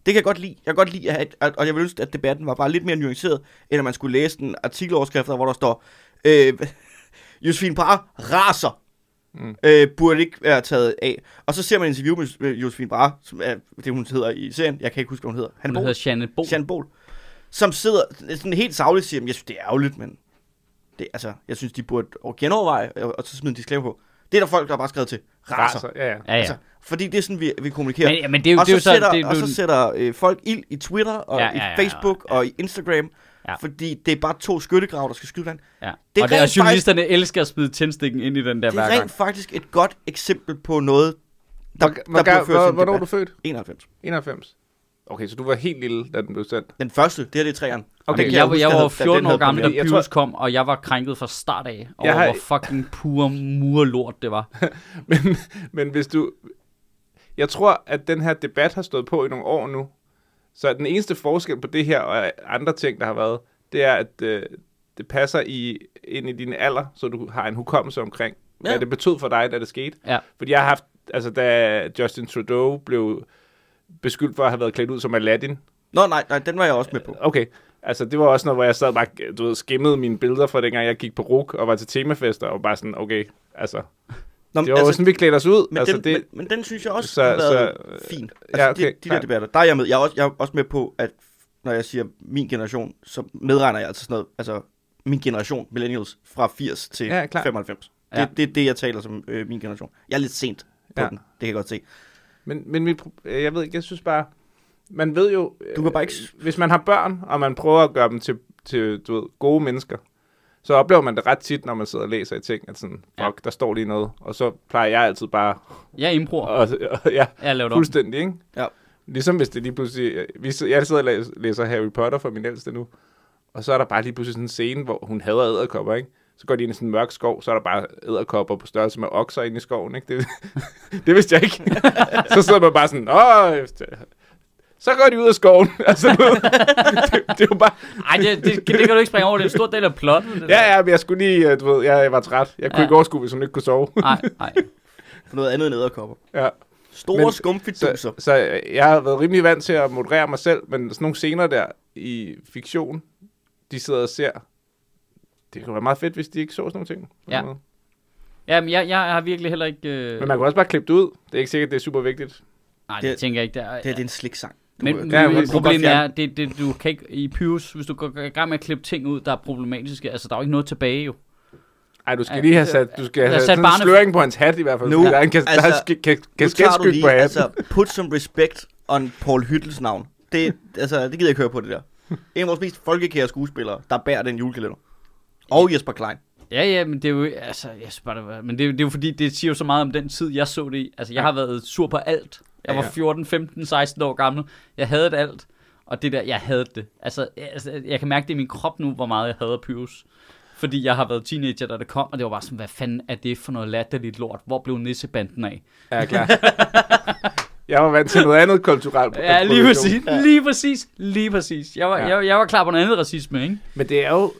C: Det kan jeg godt lide. Jeg kan godt lide, at, at, og jeg vil ønske, at debatten var bare lidt mere nuanceret, end at man skulle læse den artikeloverskrifter, hvor der står, øh, [laughs] Josefine Brahe raser,
B: Mm.
C: mm. øh, burde ikke være taget af. Og så ser man et interview med øh, Josefine Brahe, som er det, hun hedder i serien. Jeg kan ikke huske, hvad hun hedder. Han
A: Hun hedder Jeanette Bo.
C: Jean Bol, som sidder sådan helt savligt og siger, jeg synes, det er ærgerligt, men det, altså, jeg synes, de burde over- genoverveje, og, og så smide en disclaimer på. Det er der folk, der har bare skrevet til raser.
B: Raser. Ja, ja.
A: Ja, ja.
C: Altså, fordi det er sådan, vi, vi kommunikerer.
A: Men, men det er jo
C: og,
A: det er jo
C: så
A: så...
C: sætter,
A: det er
C: og
A: jo-
C: så sætter øh, folk ild i Twitter, og
A: Ja,
C: ja,
A: ja, ja, ja,
C: i Facebook,
A: ja.
C: og i Instagram,
A: Ja.
C: ja. fordi det er bare to skyttegrave, der skal skyde hinanden.
A: Ja.
C: Det er
A: og, det, og
C: rent
A: journalisterne elsker at smide tændstikken ind i den der
C: Det er
A: hver gang.
C: rent faktisk et godt eksempel på noget, der,
B: Hvor,
C: der
B: hvor,
C: bliver
B: hvor,
C: ført
B: hvor,
C: sådan en
B: hvornår er du
C: debat.
B: født?
C: 91.
B: 91. Okay, så du var helt lille, da den blev sendt.
C: Den første, det her det er træeren.
B: Okay,
C: Den kan
A: jeg, jeg,
C: huske,
A: jeg
C: da-
A: var
C: da
A: 14
C: den
A: år
C: havde
A: gammel, da
C: premiere.
B: Jeg
A: Pyrus
B: tror-
A: kom, og jeg var krænket fra start af over,
B: Jeg har-
A: hvor fucking pure murlort det var.
B: [laughs] Men, men hvis du... Jeg tror, at den her debat har stået på i nogle år nu. Så den eneste forskel på det her og andre ting, der har været, det er, at øh, det passer i, ind i din alder, så du har en hukommelse omkring, ja.
C: Ja.
B: hvad det betød for dig, da det skete.
A: Ja.
B: Fordi jeg har haft... Altså, da Justin Trudeau blev beskyldt for at have været klædt ud som Aladdin,
C: Nå nej, nej, den var jeg også med på.
B: Okay. Altså, det var også noget, hvor jeg sad og bare, du ved, skimmede mine billeder fra dengang, jeg gik på RUK og var til temafester, og bare sådan, okay, altså,
C: Nå,
B: det var altså, sådan, vi klædte os ud.
C: Men,
B: altså,
C: den,
B: det,
C: men, men den synes jeg også
B: så-
C: så, har været
B: så, øh,
C: så, fin. Altså,
B: ja,
C: ja,
B: okay,
C: okay, de, de der
B: klar.
C: debatter, der er jeg med. Jeg er, også, jeg er også med på, at når jeg siger min generation, så medregner jeg altså sådan noget, altså min generation, millennials, fra 80 til
B: Ja,
C: ja,
B: klar.
C: 95.
A: Ja.
C: Det, det er det, jeg taler som øh, min generation. Jeg er lidt sent på
B: Ja.
C: ja. den, det kan jeg godt se.
B: men, men mit, pro- øh, jeg ved ikke, jeg synes bare, man ved jo,
C: Du kan bare ikke-
B: øh, hvis man har børn, og man prøver at gøre dem til, til du ved, gode mennesker, så oplever man det ret tit, når man sidder og læser i ting, at sådan,
A: Ja.
B: fuck, der står lige noget, og så plejer jeg altid bare, [laughs]
A: Jeg improer.
B: og, og, ja,
A: Jeg lavede om.
B: Fuldstændig, ikke?
C: Ja.
B: Ligesom hvis det lige pludselig... øh, Vi, sid- jeg sidder og læs- læser Harry Potter for min ældste nu, og så er der bare lige pludselig sådan en scene, hvor hun hader æderkopper, ikke? Så går de ind i sådan en mørk skov, så er der bare æderkopper på størrelse med okser inde i skoven, ikke? Det, [laughs] det vidste jeg ikke. så sidder man bare sådan, åh, så går de ud af skoven. [laughs] altså, du ved, det, det, er jo bare...
A: Ej, det, det, det kan du ikke springe over. Det er en stor del af plottet. det der.
B: Ja, ja, men jeg skulle lige, øh, du ved, jeg, jeg var træt. Jeg kunne
A: Ja.
B: ja. ikke overskue, hvis hun ikke kunne sove.
A: Nej, nej.
C: For noget andet end æderkopper.
B: ja.
C: Store
B: Men-
C: men,
B: Så,
C: skumfiduser.
B: så jeg har været rimelig vant til at moderere mig selv, men sådan nogle scener der i fiktion, de sidder og ser. Det kunne være meget fedt, hvis de ikke så sådan nogle ting. på den
A: Ja.
B: måde.
A: Jamen, jeg, jeg har virkelig heller ikke... Øh...
B: Men man kunne også bare klippe det ud. Det er ikke sikkert, det er super vigtigt.
A: Nej, det,
C: Det-
A: tænker jeg ikke. Det er,
C: Det, her, det er en slik sang. Du,
A: men
C: øh,
A: men
B: ja, man kunne
A: problemet
C: godt
A: er,
C: fjerne-
A: det, det, du kan ikke... I Pyrus, hvis du går går i gang med at klippe ting ud, der er problematiske, altså, der er jo ikke noget tilbage, jo.
B: Ej, du skal
A: Ja,
B: lige have
A: så-
B: sat, du skal
A: lad os
B: have
A: sætte
B: sat sådan en
A: barnet-
B: sløring på hans hat i hvert fald.
C: Nu,
B: Nu, der er en kas-
C: altså,
B: altså, der er
C: nu tager du
B: kasketskyld på
C: lige,
B: hatten.
C: altså, put some respect on Paul Hyttels navn. Det, altså, det gider jeg ikke høre på det der. En af vores mest folkekære skuespillere, der bærer den julekalender. Og Jesper Klein.
A: Ja, ja, men det er jo, altså, jeg synes bare, det var, men det er, jo- det er jo fordi, det siger jo så meget om den tid, jeg så det i. Altså, jeg har været sur på alt. Jeg
B: Ja,
A: var
B: ja.
A: 14, 15, 16 år gammel. Jeg havde det alt. Og det der, jeg havde det. Altså, jeg, altså, jeg kan mærke det i min krop nu, hvor meget jeg hader Pyrus. Fordi jeg har været teenager, da det kom, og det var bare sådan, hvad fanden er det for noget latterligt lort? Hvor blev nissebanden af?
B: Ja, klar. jeg var vant til noget andet kulturelt.
A: Ja, lige
B: produktion.
A: præcis, lige præcis, lige præcis. Jeg var,
B: Ja.
A: jeg, jeg var klar på noget andet racisme, ikke?
B: Men det er jo...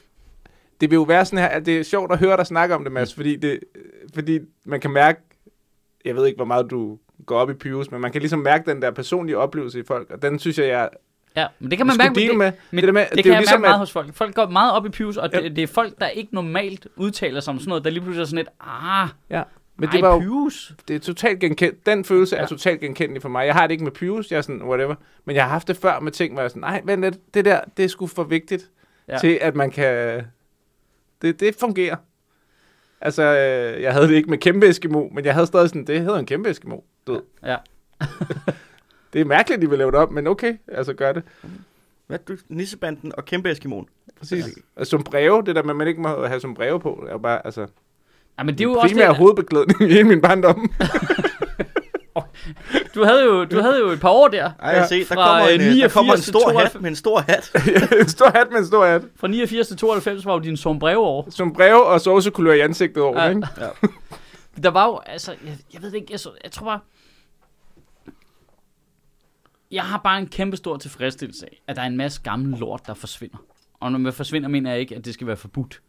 B: Det vil jo være sådan her, at det er sjovt at høre dig snakke om det, Mads,
A: Mm.
B: fordi, det, fordi man kan mærke, jeg ved ikke, hvor meget du går op i Pyrus, men man kan ligesom mærke den der personlige oplevelse i folk, og den synes jeg, jeg
A: Ja, men det kan man
B: skulle
A: mærke. men
B: dele med.
A: men
B: Det der med,
A: det,
B: det
A: det
B: er
A: kan
B: jo
A: jeg
B: ligesom,
A: mærke meget
B: at-
A: hos folk. Folk går meget op i pivs, og det,
B: Ja.
A: det er folk, der ikke normalt udtaler sig om sådan noget, der lige pludselig er sådan lidt, ah,
B: Ja,
A: men
B: men
A: ej,
B: det var jo,
A: pivs.
B: det er totalt genkendt. Den følelse ja.
A: Ja.
B: er totalt genkendelig for mig. Jeg har det ikke med Pius, jeg er sådan, whatever. Men jeg har haft det før med ting, hvor jeg er sådan, nej, vent lidt, det der, det er sgu for vigtigt
A: Ja.
B: ja. til, at man kan... Det, det fungerer. Altså, øh, jeg havde det ikke med kæmpe Eskimo, men jeg havde stadig sådan, det hedder en kæmpe Eskimo. Du ved.
A: Ja.
B: det er mærkeligt, de vil lave det op, men okay, altså gør det.
C: Hvad er du? Nissebanden og kæmpe Eskimoen.
B: Præcis. Og som breve, det der med, at man ikke må have som breve på, er jo bare, altså, det
A: Ja, men det
B: er
A: er jo også
B: primære
A: det,
B: hovedbeklædning i hele min barndom. [laughs]
A: du havde jo, du havde jo et par år der,
C: Ej, ja, se, der
A: Fra,
C: kommer, en,
A: øh,
C: øh, der
A: 89
C: kommer en
A: til
C: stor
A: 92.
C: hat med en stor hat.
B: en stor hat med en stor hat.
A: fra 89 til 92 var jo din sombrero år.
B: Som breve og sovsekulør i ansigtet over,
A: Ja.
B: ja. ikke?
A: Der var jo, altså, jeg, jeg ved det ikke, jeg, så, jeg tror bare, jeg har bare en kæmpe stor tilfredsstillelse af, at der er en masse gammel lort, der forsvinder. Og når man forsvinder, mener jeg ikke, at det skal være forbudt.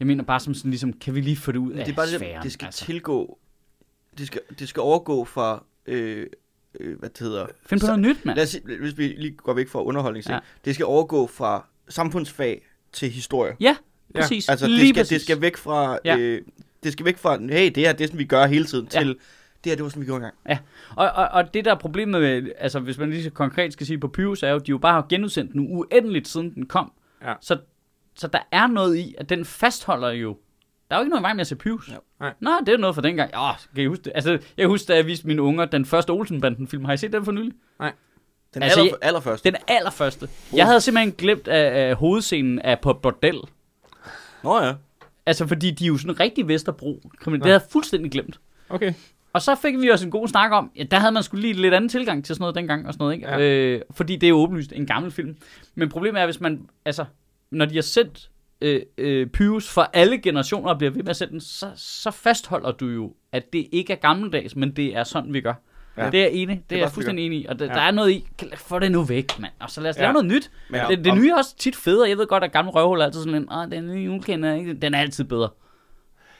A: Jeg mener bare som sådan ligesom, kan vi lige få det ud af
C: det er bare det,
A: sfæren?
C: at det skal altså. tilgå, det skal, det skal overgå fra, øh, øh, hvad det hedder,
A: Find på noget nyt, mand.
C: lad os, sige- hvis vi lige går væk fra underholdning,
A: Ja.
C: ja. det skal overgå fra samfundsfag til historie.
A: Ja,
B: Ja,
A: præcis.
C: Altså, det
A: lige
C: skal,
A: præcis.
C: det skal væk fra,
A: Ja.
C: ja. øh, det skal væk fra, hey, det her, det er sådan, vi gør hele tiden,
A: Ja.
C: til, det her, det var sådan, vi gjorde engang.
A: Ja. Og, og, og det der er problemet med, altså hvis man lige så konkret skal sige på Pyrus, er jo, at de jo bare har genudsendt den uendeligt, siden den kom.
B: Ja.
A: Så, så der er noget i, at den fastholder jo. Der er jo ikke noget vej med at se Pyrus.
B: Nej.
A: Nå, det er noget fra dengang. Åh, kan I huske det? Altså, jeg husker, da jeg viste mine unger den første Olsenbanden-film. Har I set den for nylig?
C: Den
A: Altså,
C: altså, aller,
A: jeg-
C: allerførste.
A: Den allerførste. Jeg havde simpelthen glemt af, af hovedscenen af på et bordel.
C: Nå ja.
A: Altså, fordi de er jo sådan rigtig Vesterbro. kriminelle. Det havde jeg fuldstændig glemt.
B: Okay.
A: Og så fik vi også en god snak om, ja, der havde man skulle lige lidt anden tilgang til sådan noget dengang og sådan noget, ikke? Ja.
B: Ja.
A: Øh, fordi det er jo åbenlyst en gammel film. Men problemet er, hvis man, altså, når de har sendt øh, øh, Pyrus for alle generationer og bliver ved med at sende den, så, så fastholder du jo, at det ikke er gammeldags, men det er sådan, vi gør. Ja.
B: Ja.
A: Det er jeg enig, det, det
B: er
A: er jeg
B: godt, vi
A: fuldstændig enig i, og der, ja.
B: Ja.
A: der er noget i, få det nu væk, mand, og så lad os ja.
B: Ja.
A: lave noget nyt.
C: Men-
A: det, det
B: om-
A: nye er også tit federe, jeg ved godt, at gamle røvhuller er altid sådan en, åh, den nye ukender, ikke? den er altid bedre.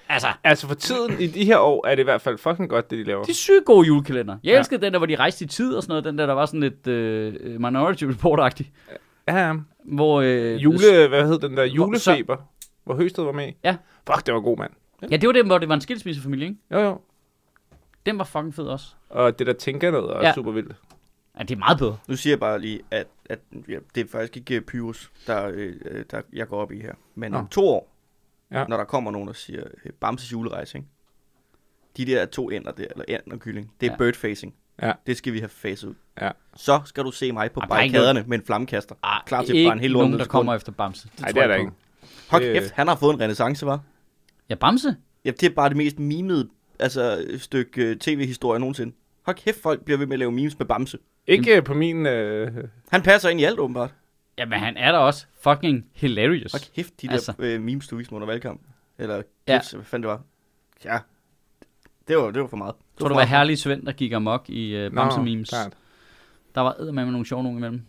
A: Altså,
B: Altså for tiden i de her år er det i hvert fald fucking godt, det de laver.
A: De er sygt gode julekalender. Jeg
B: Ja.
A: elskede den der, hvor de rejste i tid og sådan noget. Den der, der var sådan lidt øh, Minority Report-agtig.
B: Ja,
A: Hvor, øh,
B: jule, hvad hed den der, julefeber, hvor Høsted var med. i.
A: Ja.
B: Fuck, det var god, mand.
A: Ja, det var den, hvor det var en skilsmissefamilie, ikke?
B: Jo, jo.
A: Den var fucking fed også.
B: Og det der tænker noget er
A: Ja.
B: ja. super vildt.
A: Ja, det er meget bedre.
C: Nu siger jeg bare lige, at, at ja, det er faktisk ikke øh, Pyrus, der, øh, der jeg går op i her. Men
B: Nå.
C: om to år,
B: Ja.
C: ja. når der kommer nogen og siger, øh, Bamses julerejse, ikke? de der to ender der, eller and og kylling, det er
A: Ja.
C: ja. birdfacing.
B: Ja.
C: Det skal vi have faset ud.
B: Ja.
C: Så skal du se mig på
A: Ej, der er ikke
C: barrikaderne med en flammekaster.
A: Ah,
C: Klar til at
A: ikke
C: brænde hele lortet
A: nogen,
C: ned
A: der
C: til grunden.
A: kommer Øh. efter Bamse.
B: Nej,
A: tror
B: det er
A: jeg
B: der
A: på.
B: ikke.
C: Hold
B: Det-
C: kæft, han har fået en renaissance, var.
A: Ja, Bamse?
C: Ja, det er bare det mest mimede altså, stykke øh, tv-historie nogensinde. Hold kæft, folk bliver ved med at lave memes med Bamse.
B: Ikke øh, på min... Øh,
C: Han passer ind i alt, åbenbart.
A: Jamen, han er da også fucking hilarious.
C: Hold kæft, de der
A: Altså.
C: altså. øh, memes, du viste mig under valgkamp. Eller
A: Ja.
C: gifs, ja. hvad fanden det var. Ja, det var, det var for meget.
A: Jeg tror, det var herlig Svend, der gik amok i øh,
B: nå,
A: Bamse-memes.
B: klart.
A: Der var eddermame med nogle sjove nogen imellem.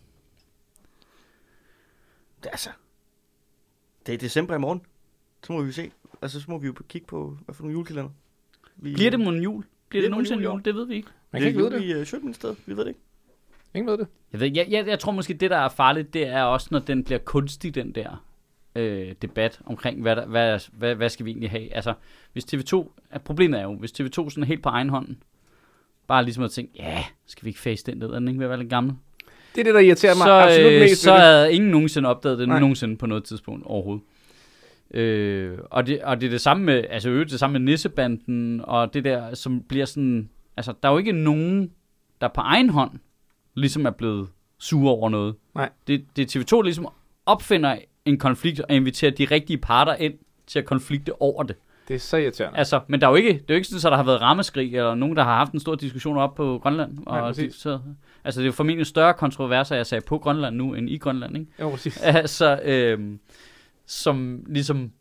C: Det, er altså, det er december i morgen. Så må vi se. Altså, så må vi jo kigge på, hvad for nogle julekalender. Vi,
A: Bliver det mon jul? Bliver det
C: mon
A: nogensinde
C: jul, ja.
A: jul? Det ved vi ikke.
B: Man kan ikke vide det.
C: Vi øh, er vi ved det ikke.
B: Ingen ved det.
A: Jeg, ved, ikke, jeg, jeg, jeg tror måske, det der er farligt, det er også, når den bliver kunstig, den der øh, debat omkring, hvad, der, hvad, hvad, hvad skal vi egentlig have? Altså, hvis TV2, at problemet er jo, hvis TV2 sådan er helt på egen hånd, bare ligesom at tænke, ja, skal vi ikke face den ned, er den ikke ved at være lidt gammel?
B: Det er det, der irriterer mig så,
A: Så,
B: absolut
A: øh,
B: mest.
A: så
B: Så, det.
A: havde ingen nogensinde opdaget det Nej.
B: Nej.
A: nogensinde på noget tidspunkt overhovedet. Øh, og, det, og det er det samme med, altså i øvrigt det samme med Nissebanden, og det der, som bliver sådan, altså der er jo ikke nogen, der på egen hånd ligesom er blevet sure over noget.
B: Nej.
A: Det, det er TV2, der ligesom opfinder en konflikt og inviterer de rigtige parter ind til at konflikte over det.
B: Det er så irriterende.
A: Altså, men der er jo ikke, det er jo ikke sådan, at der har været rammeskrig, eller nogen, der har haft en stor diskussion op på Grønland. Og
B: Nej, præcis.
A: så, altså, det er jo formentlig større kontroverser, jeg sagde på Grønland nu, end i Grønland, ikke? [laughs]
B: Jo, præcis.
A: Altså, øhm, som ligesom...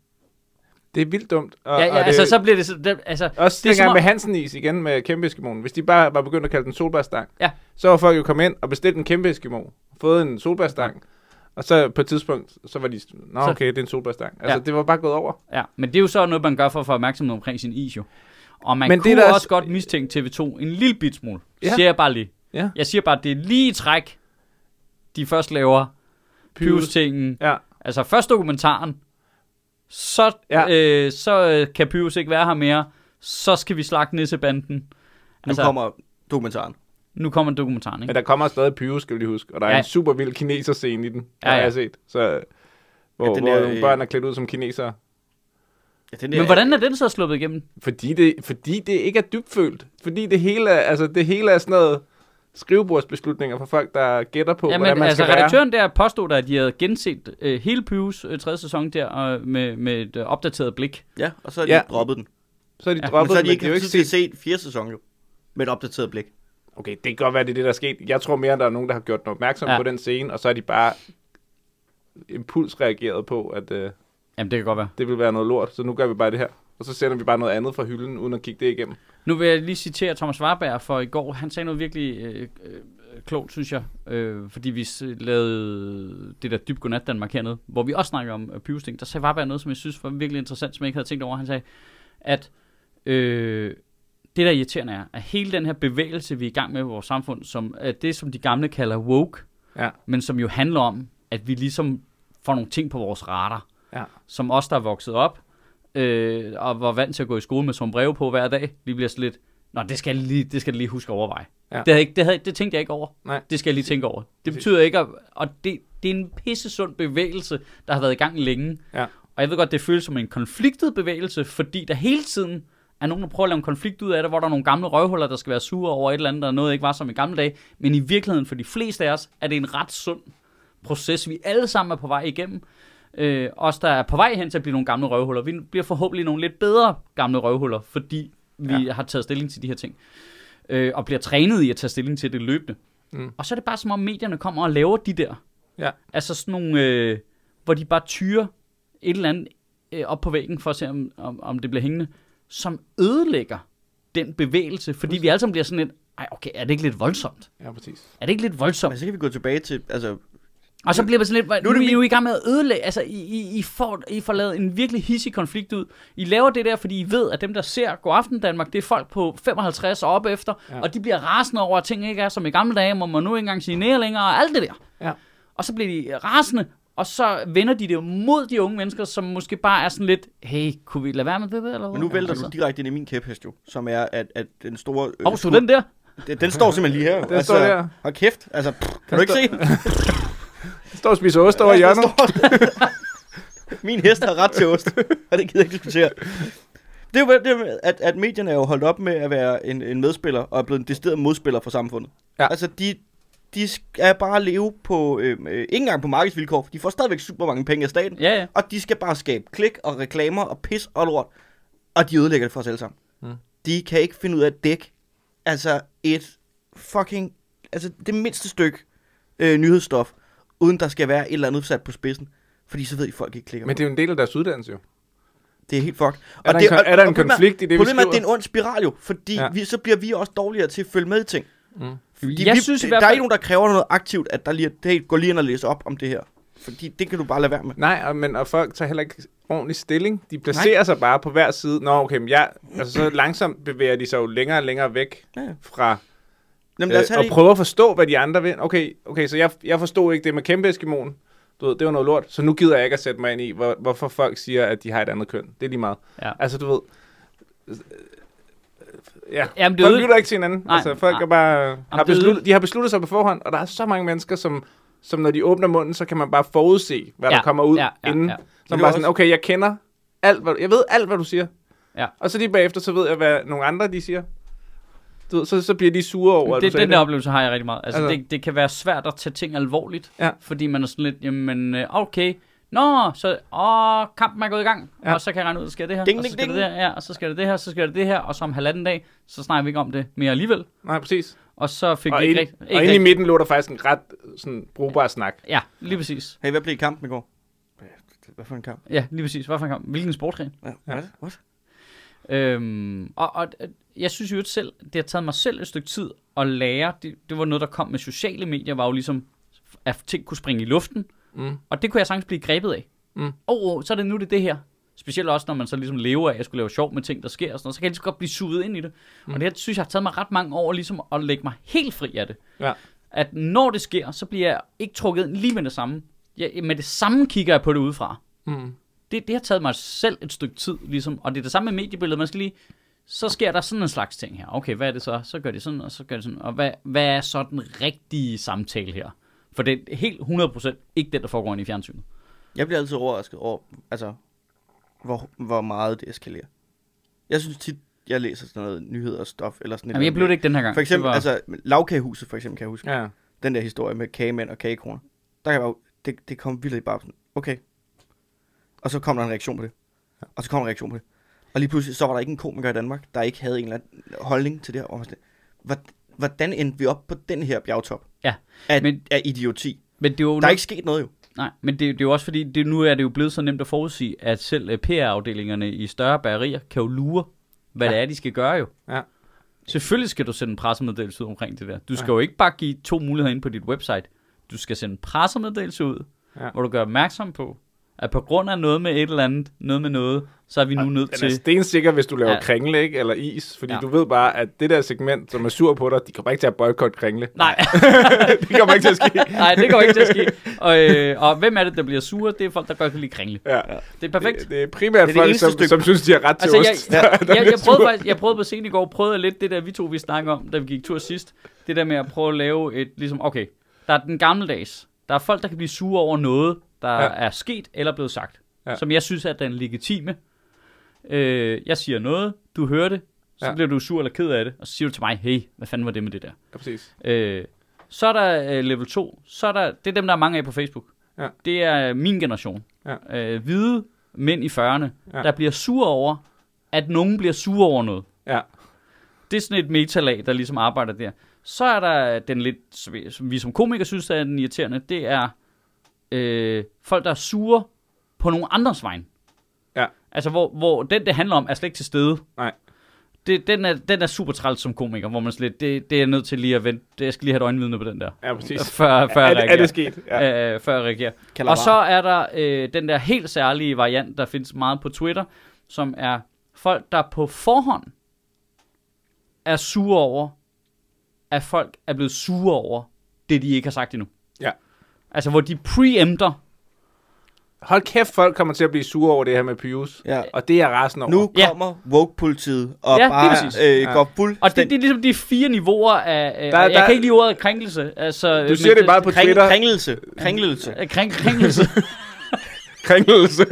B: Det er vildt dumt. Og,
A: Ja, ja,
B: og det,
A: altså, så bliver det... så- det altså,
B: Også
A: det er
B: det
A: som
B: dengang
A: om-
B: med Hansen-is igen med kæmpe Eskimoen. Hvis de bare var begyndt at kalde den solbærstang,
A: Ja.
B: så var folk jo kommet ind og bestilt en kæmpe Eskimo, fået en solbærstang, og så på et tidspunkt, så var de, sådan, nå
A: Så-
B: okay, det er en solbærstang. Altså,
A: Ja.
B: det var bare gået over.
A: Ja, men det er jo så noget, man gør for at få opmærksomhed omkring sin is, jo. Og man men
B: Men det
A: kunne det
B: er da
A: også,
B: også-
A: godt mistænke TV2 en lille bit smule. Ja.
B: Ja.
A: Siger jeg bare lige.
B: Ja.
A: Jeg siger bare, at det er lige i træk, de først laver Pyrus-tingen.
B: Ja.
A: Altså først dokumentaren, så, ja.
B: Ja.
A: øh, så øh, kan Pyrus ikke være her mere, så skal vi slagte nissebanden. Altså-
C: Nu kommer dokumentaren.
A: nu kommer dokumentaren, ikke?
B: Men der kommer stadig pyro, skal vi lige huske. Og der er
A: Ja.
B: en super vild kineser-scene i den,
A: Ja,
B: ja, ja.
A: ja.
B: jeg har set. Så, hvor,
C: Ja,
B: ja,
C: den
B: den hvor
C: der,
B: nogle
C: øh,
B: børn er klædt ud som kinesere.
C: Ja, den
A: Men hvordan er den så sluppet igennem?
B: Fordi det, fordi det ikke er dybfølt. Fordi det hele, er, altså, det hele er sådan noget skrivebordsbeslutninger for folk, der gætter på,
A: Jamen,
B: hvordan man
A: altså
B: skal være.
A: redaktøren der påstod der, at de havde genset øh, hele Pyrus øh, tredje sæson der øh, med, med et øh, opdateret blik.
C: Ja, og så har de
B: Ja.
C: ja. droppet den.
B: Så er de
A: Ja, men
B: ja,
C: Men
B: droppet,
C: så har de
B: men
C: ikke
B: det er jo
C: haft
B: ikke
C: tid til at
B: set.
C: se fire sæsoner jo. Med et opdateret blik.
B: Okay, det kan godt være, det er det, der er sket. Jeg tror mere, at der er nogen, der har gjort den opmærksom
A: Ja.
B: ja. på den scene, og så er de bare impulsreageret på, at øh,
A: Jamen, det kan godt være.
B: det vil være noget lort, så nu gør vi bare det her. Og så sender vi bare noget andet fra hylden, uden at kigge det igennem.
A: Nu vil jeg lige citere Thomas Warberg for i går. Han sagde noget virkelig øh, øh, klogt, synes jeg. Øh, fordi vi s- lavede det der dyb godnat Danmark hernede, hvor vi også snakker om øh, pivesting. Der sagde Warberg noget, som jeg synes var virkelig interessant, som jeg ikke havde tænkt over. Han sagde, at øh, det der irriterende er, at hele den her bevægelse, vi er i gang med i vores samfund, som er det, som de gamle kalder woke,
B: Ja.
A: men som jo handler om, at vi ligesom får nogle ting på vores radar
B: Ja.
A: som os, der er vokset op, øh, og var vant til at gå i skole med som breve på hver dag, lige bliver sådan lidt, nå, det skal jeg lige, det skal jeg lige huske at overveje. Ja.
B: Ja.
A: Det, havde, ikke- det, havde, det tænkte jeg ikke over.
B: Nej.
A: Det skal jeg lige tænke over. Det betyder ikke, at, og det, det er en pissesund bevægelse, der har været i gang længe.
B: Ja.
A: Og jeg ved godt, det føles som en konfliktet bevægelse, fordi der hele tiden er nogen, der prøver at lave en konflikt ud af det, hvor der er nogle gamle røvhuller, der skal være sure over et eller andet, der er noget, der ikke var som i gamle dage. Men i virkeligheden, for de fleste af os, er det en ret sund proces, vi alle sammen er på vej igennem. Øh, os, der er på vej hen til at blive nogle gamle røvhuller, vi bliver forhåbentlig nogle lidt bedre gamle røvhuller, fordi vi ja. har taget stilling til de her ting. Øh, og bliver trænet i at tage stilling til det løbende. Mm.
B: Mm.
A: Og så er det bare som om medierne kommer og laver de der.
B: Ja.
A: Altså sådan nogle, øh, hvor de bare tyrer et eller andet øh, op på væggen for at se, om, om, om det bliver hængende, som ødelægger den bevægelse, fordi vi alle sammen bliver sådan lidt, ej okay, er det ikke lidt voldsomt?
B: Ja, præcis.
A: Er det ikke lidt voldsomt?
C: Men så kan vi gå tilbage til, altså,
A: Og så bliver man sådan lidt, nu,
C: er det
A: nu er I
C: min-
A: jo i gang med at ødelægge, altså I, I, I, får, I får lavet en virkelig hissig konflikt ud. I laver det der, fordi I ved, at dem der ser God Aften Danmark, det er folk på 55 og op efter, ja.
B: Ja.
A: og de bliver rasende over, at ting ikke er som i gamle dage, må man nu ikke engang signere længere, og alt det der.
B: Ja.
A: Og så bliver de rasende, og så vender de det mod de unge mennesker, som måske bare er sådan lidt, hey, kunne vi lade være med det der, eller hvad?
C: men nu vælter
A: altså.
C: du direkte ind i min kæphest jo, som er, at, at den store... Øh,
A: Åh, så den der?
C: Den, den står simpelthen lige her.
B: [laughs] Den står der.
C: Hold kæft, altså, pff, kan du ikke se?
B: Jeg står og spiser ost
C: [laughs]
B: over i hjørnet.
C: står- [laughs] Min hest har ret til ost, og det gider jeg ikke diskutere. Det er jo, det er, jo, at, at medierne er jo holdt op med at være en, en medspiller, og er blevet en decideret modspiller for samfundet.
B: Ja.
C: Altså, de, de skal bare leve på, øh, øh, ikke engang på markedsvilkår, for de får stadigvæk super mange penge af staten,
A: Ja, ja.
C: og de skal bare skabe klik og reklamer og pis og lort, og de ødelægger det for os alle sammen.
B: Mm.
C: De kan ikke finde ud af at dække, altså et fucking, altså det mindste stykke øh, nyhedsstof, uden der skal være et eller andet sat på spidsen, fordi så ved I, folk ikke klikker.
B: Men
C: Men
B: det er jo en del af deres uddannelse, jo.
C: det er helt fucked.
B: Er, der, det,
C: det,
B: en, kon- er der en
C: problemet
B: konflikt i det, vi
C: Problemet er, at
B: skriver?
C: det er en ond spiral jo, fordi ja.
B: Ja. Mm.
C: vi, så bliver vi også dårligere til at følge med i ting. Fordi
A: Jeg
C: vi,
A: synes i
C: der
A: hvert
C: er
A: fald-
C: ikke nogen, der kræver noget aktivt, at der lige, hey, gå lige ind og læse op om det her. Fordi det kan du bare lade være med.
B: Nej, og, men, og folk tager heller ikke ordentlig stilling. De placerer Nej. sig bare på hver side. Nå, okay, men jeg, altså, så langsomt bevæger de sig jo længere og længere væk
C: Ja, ja.
B: fra
C: Jamen, lad os
B: øh,
C: have
B: og
C: det i-
B: prøver at forstå, hvad de andre vil. Okay, okay så jeg, jeg forstod ikke det med kæmpe eskimoen. Du ved, det var noget lort. Så nu gider jeg ikke at sætte mig ind i, hvor, hvorfor folk siger, at de har et andet køn. Det er lige meget.
A: Ja.
B: Altså, du ved... Ja,
A: Jamen, det
B: Jamen, det
A: er
B: folk
A: øde-
B: lytter ikke til hinanden.
A: Nej,
B: Nej, altså, folk
A: nej.
B: Er bare,
A: det er
B: har, besluttet, de har besluttet sig på forhånd, og der er så mange mennesker, som, som når de åbner munden, så kan man bare forudse, hvad
A: Ja,
B: der kommer ud
A: ja, ja,
B: inden.
A: ja.
B: Ja.
C: Men
B: Som
C: det
B: bare
C: er
B: sådan,
C: også-
B: okay, jeg kender alt, hvad, du- jeg ved alt, hvad du siger.
A: Ja.
B: Og så lige bagefter, så ved jeg, hvad nogle andre, de siger. Du ved, så, så bliver de sure over, at du
A: det,
B: sagde
A: den der oplevelse har jeg rigtig meget. Altså, altså.
B: Altså.
A: Det, det kan være svært at tage ting alvorligt,
B: Ja.
A: fordi man er sådan lidt, jamen øh, okay, Nå, så åh, kampen er gået i gang, ja.
B: Ja.
A: og så kan jeg regne ud, at der sker det her,
C: Ding,
A: og så
C: ding,
A: sker det
C: ding.
A: der, ja, og så sker det det her, så sker det det her, og så om halvanden dag, så snakker vi ikke om det mere alligevel.
B: Nej, præcis.
A: Og så fik
B: Og,
A: vi ikke
B: inde,
A: rigtig...
B: og
A: ikke
B: inde i
A: rigtig-
B: midten lå der faktisk en ret sådan, brugbar snak.
A: Ja, lige præcis.
C: Hey, hvad blev kampen i går? Øh, Hvad for en kamp?
A: Ja, lige præcis. Hvad for en kamp? Hvilken sportsgren?
C: Ja. What? What?
A: Øhm, og, og øh, jeg synes jo ikke selv, det har taget mig selv et stykke tid at lære. Det, det var noget, der kom med sociale medier, var jo ligesom, at ting kunne springe i luften.
B: Mm.
A: Og det kunne jeg sagtens blive grebet af.
B: Mm.
A: Åh, oh, oh, så er det nu det, er det her. Specielt også, når man så ligesom lever af, at jeg skulle lave sjov med ting, der sker og sådan noget, så kan jeg lige så godt blive suget ind i det. Mm. Og det her, synes jeg har taget mig ret mange år ligesom at lægge mig helt fri af det.
B: Ja.
A: At når det sker, så bliver jeg ikke trukket ind lige med det samme. Jeg, med det samme kigger jeg på det udefra
B: Mm.
A: det, det har taget mig selv et stykke tid, ligesom. Og det er det samme med mediebilledet. Man skal lige, så sker der sådan en slags ting her. Okay, hvad er det så? Så gør det sådan, og så gør det sådan. Og hvad, hvad er så den rigtige samtale her? For det er helt 100% ikke det, der foregår inde i fjernsynet.
C: Jeg bliver altid overrasket over, altså, hvor, hvor meget det eskalerer. Jeg synes tit, jeg læser sådan noget nyheder og stof, eller sådan et
A: Jamen, jeg
C: eller
A: blev det
C: andet.
A: ikke den her gang.
C: For eksempel,
A: det var,
C: altså, lavkagehuset for eksempel, kan jeg huske.
B: Ja.
C: den der historie med kagemænd og kagekroner, der kan jeg bare, det, det kom vildt bare sådan, okay. Og så kom der en reaktion på det. Og så kom der en reaktion på det. Og lige pludselig, så var der ikke en komiker i Danmark, der ikke havde en eller anden holdning til det her. Og man var sådan, "Hvor- Hvordan endte vi op på den her bjergtop
A: Ja,
C: af,
A: men-
C: Men, af idioti?
A: men det er jo
C: Der er ikke sket noget jo.
A: Nej, men det, det er jo også fordi, det, nu er det jo blevet så nemt at forudsige, at selv øh, PR-afdelingerne i større bagerier kan jo lure, hvad ja. det er, de skal gøre jo.
B: Ja.
A: Selvfølgelig skal du sende en pressemeddelelse ud omkring det der. Du skal ja. jo ikke bare give to muligheder ind på dit website. Du skal sende en pressemeddelelse ud, ja.
B: Ja.
A: hvor du gør opmærksom på, at på grund af noget med et eller andet, noget med noget, så er vi nu nødt
B: Den er
A: til...
B: stensikker, hvis du laver
A: Ja.
B: ja. kringle, ikke? Eller is. Fordi
A: Ja.
B: ja. du ved bare, at det der segment, som er sur på dig, de kommer ikke til at boykotte kringle.
A: Nej,
B: [laughs] det kommer ikke til at ske.
A: [laughs] nej, det går ikke til at ske. Og, øh, og hvem er det, der bliver sure? Det er folk, der godt kan lide kringle.
B: Ja.
A: Det er perfekt.
B: Det, det er primært
C: Det
B: det
C: er det
B: er folk,
C: eneste
B: som,
C: stykke-
B: som synes, de har ret til
A: Altså, jeg,
B: ost. [laughs]
A: jeg, jeg, jeg,
B: lidt
A: prøvede
B: sur.
A: faktisk, jeg prøvede på scenen i går, prøvede jeg lidt det der, vi to vi snakkede om, da vi gik tur sidst. Det der med at prøve at lave et, ligesom, okay, der er den gammeldags. Der er folk, der kan blive sure over noget, der ja.
B: Ja.
A: er sket eller blevet sagt. Ja.
B: Ja.
A: Som jeg synes er den legitime. Øh, jeg siger noget, du hører det, så ja.
B: Ja.
A: bliver du sur eller ked af det, og så siger du til mig, hey, hvad fanden var det med det der?
B: Ja, præcis.
A: Øh, så er der øh, level 2. Så er der, det er dem, der er mange af på Facebook.
B: Ja.
A: Det er min generation.
B: Ja.
A: Øh, hvide mænd i 40'erne, ja.
B: Ja.
A: der bliver sure over, at nogen bliver sure over noget.
B: Ja.
A: Det er sådan et metalag, der ligesom arbejder der. Så er der den lidt, sv- som vi som komikere synes er den irriterende, det er øh, folk, der er sure på nogen andres vegne.
B: Ja.
A: Altså, hvor, hvor den, det handler om, er slet ikke til stede.
B: Nej.
A: Det, den, er, den er super træls som komiker, hvor man slet, det, det er jeg nødt til lige at vente. Det, jeg skal lige have et øjenvidne på den der,
B: Ja, præcis.
A: før, før
B: er,
A: jeg
B: det,
A: reagerer.
B: er det sket? Ja.
A: Ja. Øh, før jeg reagerer.
C: Kalder
A: Og
C: bare.
A: så er der øh, den der helt særlige variant, der findes meget på Twitter, som er folk, der på forhånd er sure over, at folk er blevet sure over det, de ikke har sagt endnu.
B: Ja.
A: Altså, hvor de preempter.
B: Hold kæft, folk kommer til at blive sure over det her med Pius.
C: Ja.
B: Og det er jeg rasende over.
C: Nu
A: Ja.
C: kommer woke-politiet og
A: Ja, lige
C: bare
A: præcis.
C: øh,
B: Ja.
C: går
A: Og det,
C: fuldstændig...
A: det er ligesom de fire niveauer af... Øh, der,
B: Der-
A: jeg
B: der-
A: kan ikke lide ordet krænkelse. Altså,
B: Du siger det bare på
C: Kring,
B: Twitter.
C: kringlelse. Kringlelse.
A: Krænk,
B: [laughs]
A: krænkelse.
B: Krænkelse.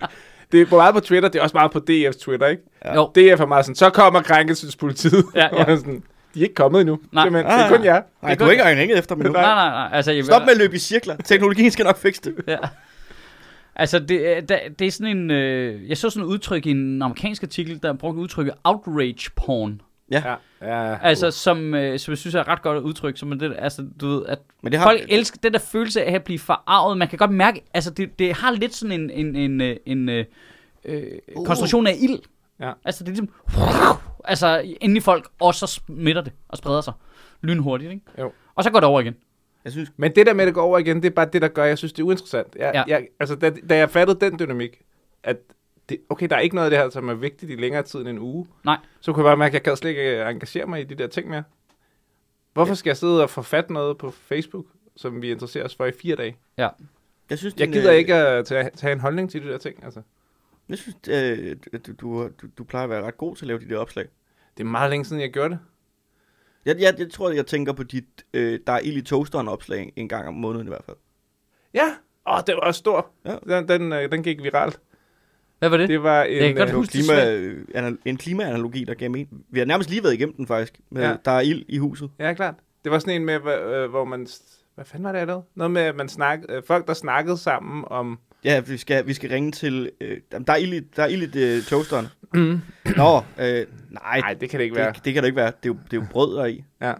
B: [laughs] det er meget på Twitter. Det er også meget på DF's Twitter, ikke?
A: ja. Jo,
B: DF er meget sådan, så kommer krænkelsespolitiet.
A: Ja, ja.
B: [laughs] Og man er sådan, de er ikke kommet endnu.
A: Nej.
B: Simpelthen. Det er kun jer.
C: Nej, du har ikke engang ringet efter mig nu.
A: nej, nej, nej. Altså, jeg,
C: Stop med at løbe i cirkler. Teknologien skal nok fikse det.
A: Ja. Altså, det, er- der, det er sådan en... Øh, jeg så sådan et udtryk i en amerikansk artikel, der brugte udtrykket outrage porn.
B: Ja. ja.
A: Altså, som, øh, som jeg synes er et ret godt udtryk. Som er det, altså, du ved, at
C: Men det har-
A: folk elsker den der følelse af at blive forarvet. Man kan godt mærke, altså, det, det har lidt sådan en, en, en, øh, en øh, øh,
C: Uh.
A: koncentration af ild.
B: Ja.
A: Altså, det er ligesom... Altså, inde i folk, og så smitter det og spreder sig lynhurtigt, ikke?
B: Jo.
A: Og så går det over igen.
C: Jeg synes,
B: Men det der med, at det går over igen, det er bare det, der gør, jeg synes, det er uinteressant. Jeg,
A: Ja.
B: ja. jeg, altså, da, da jeg fattede den dynamik, at det, okay, der er ikke noget af det her, som er vigtigt i længere tid end en uge,
A: Nej.
B: så kunne jeg bare mærke, at jeg gad slet ikke øh, engagere mig i de der ting mere. Hvorfor skal jeg sidde og forfatte noget på Facebook, som vi interesserer os for i fire dage?
A: Ja.
C: jeg synes,
B: Jeg
C: din,
B: gider
C: øh,
B: ikke at tage, tage en holdning til de der ting. Altså.
C: Jeg synes, øh, at du, du, du, du plejer at være ret god til at lave de der opslag.
B: Det er meget længe siden, jeg gjorde det.
C: Jeg, jeg, jeg tror, jeg tænker på dit, øh, der er ild i toasteren opslag en gang om måneden i hvert fald.
B: Ja, åh, det var også stor.
C: Ja.
B: Ja. Den, den, øh, den gik viralt.
A: Hvad var det?
B: Det var en...
A: Jeg kan godt
B: øh,
C: Det var
A: huske det
C: klima, øh, anal- en klimaanalogi, der gav mening. Vi har nærmest lige været igennem den faktisk. Med, ja.
B: Ja.
C: Der er ild i huset.
B: Ja, klart. Det var sådan en med, hva- øh, hvor man... s- Hvad fanden var det, jeg lavede? Noget med, at man snak, øh, folk, der snakkede sammen om
C: Ja, vi skal, vi skal ringe til... Øh, jamen, der er ild i, der er ild i øh, toasteren. Nå, øh, nej,
B: Mm-hmm. Nej, det kan det ikke være.
C: det, det, kan det ikke være. Det er jo, det er jo brød, der er i.
B: Ja,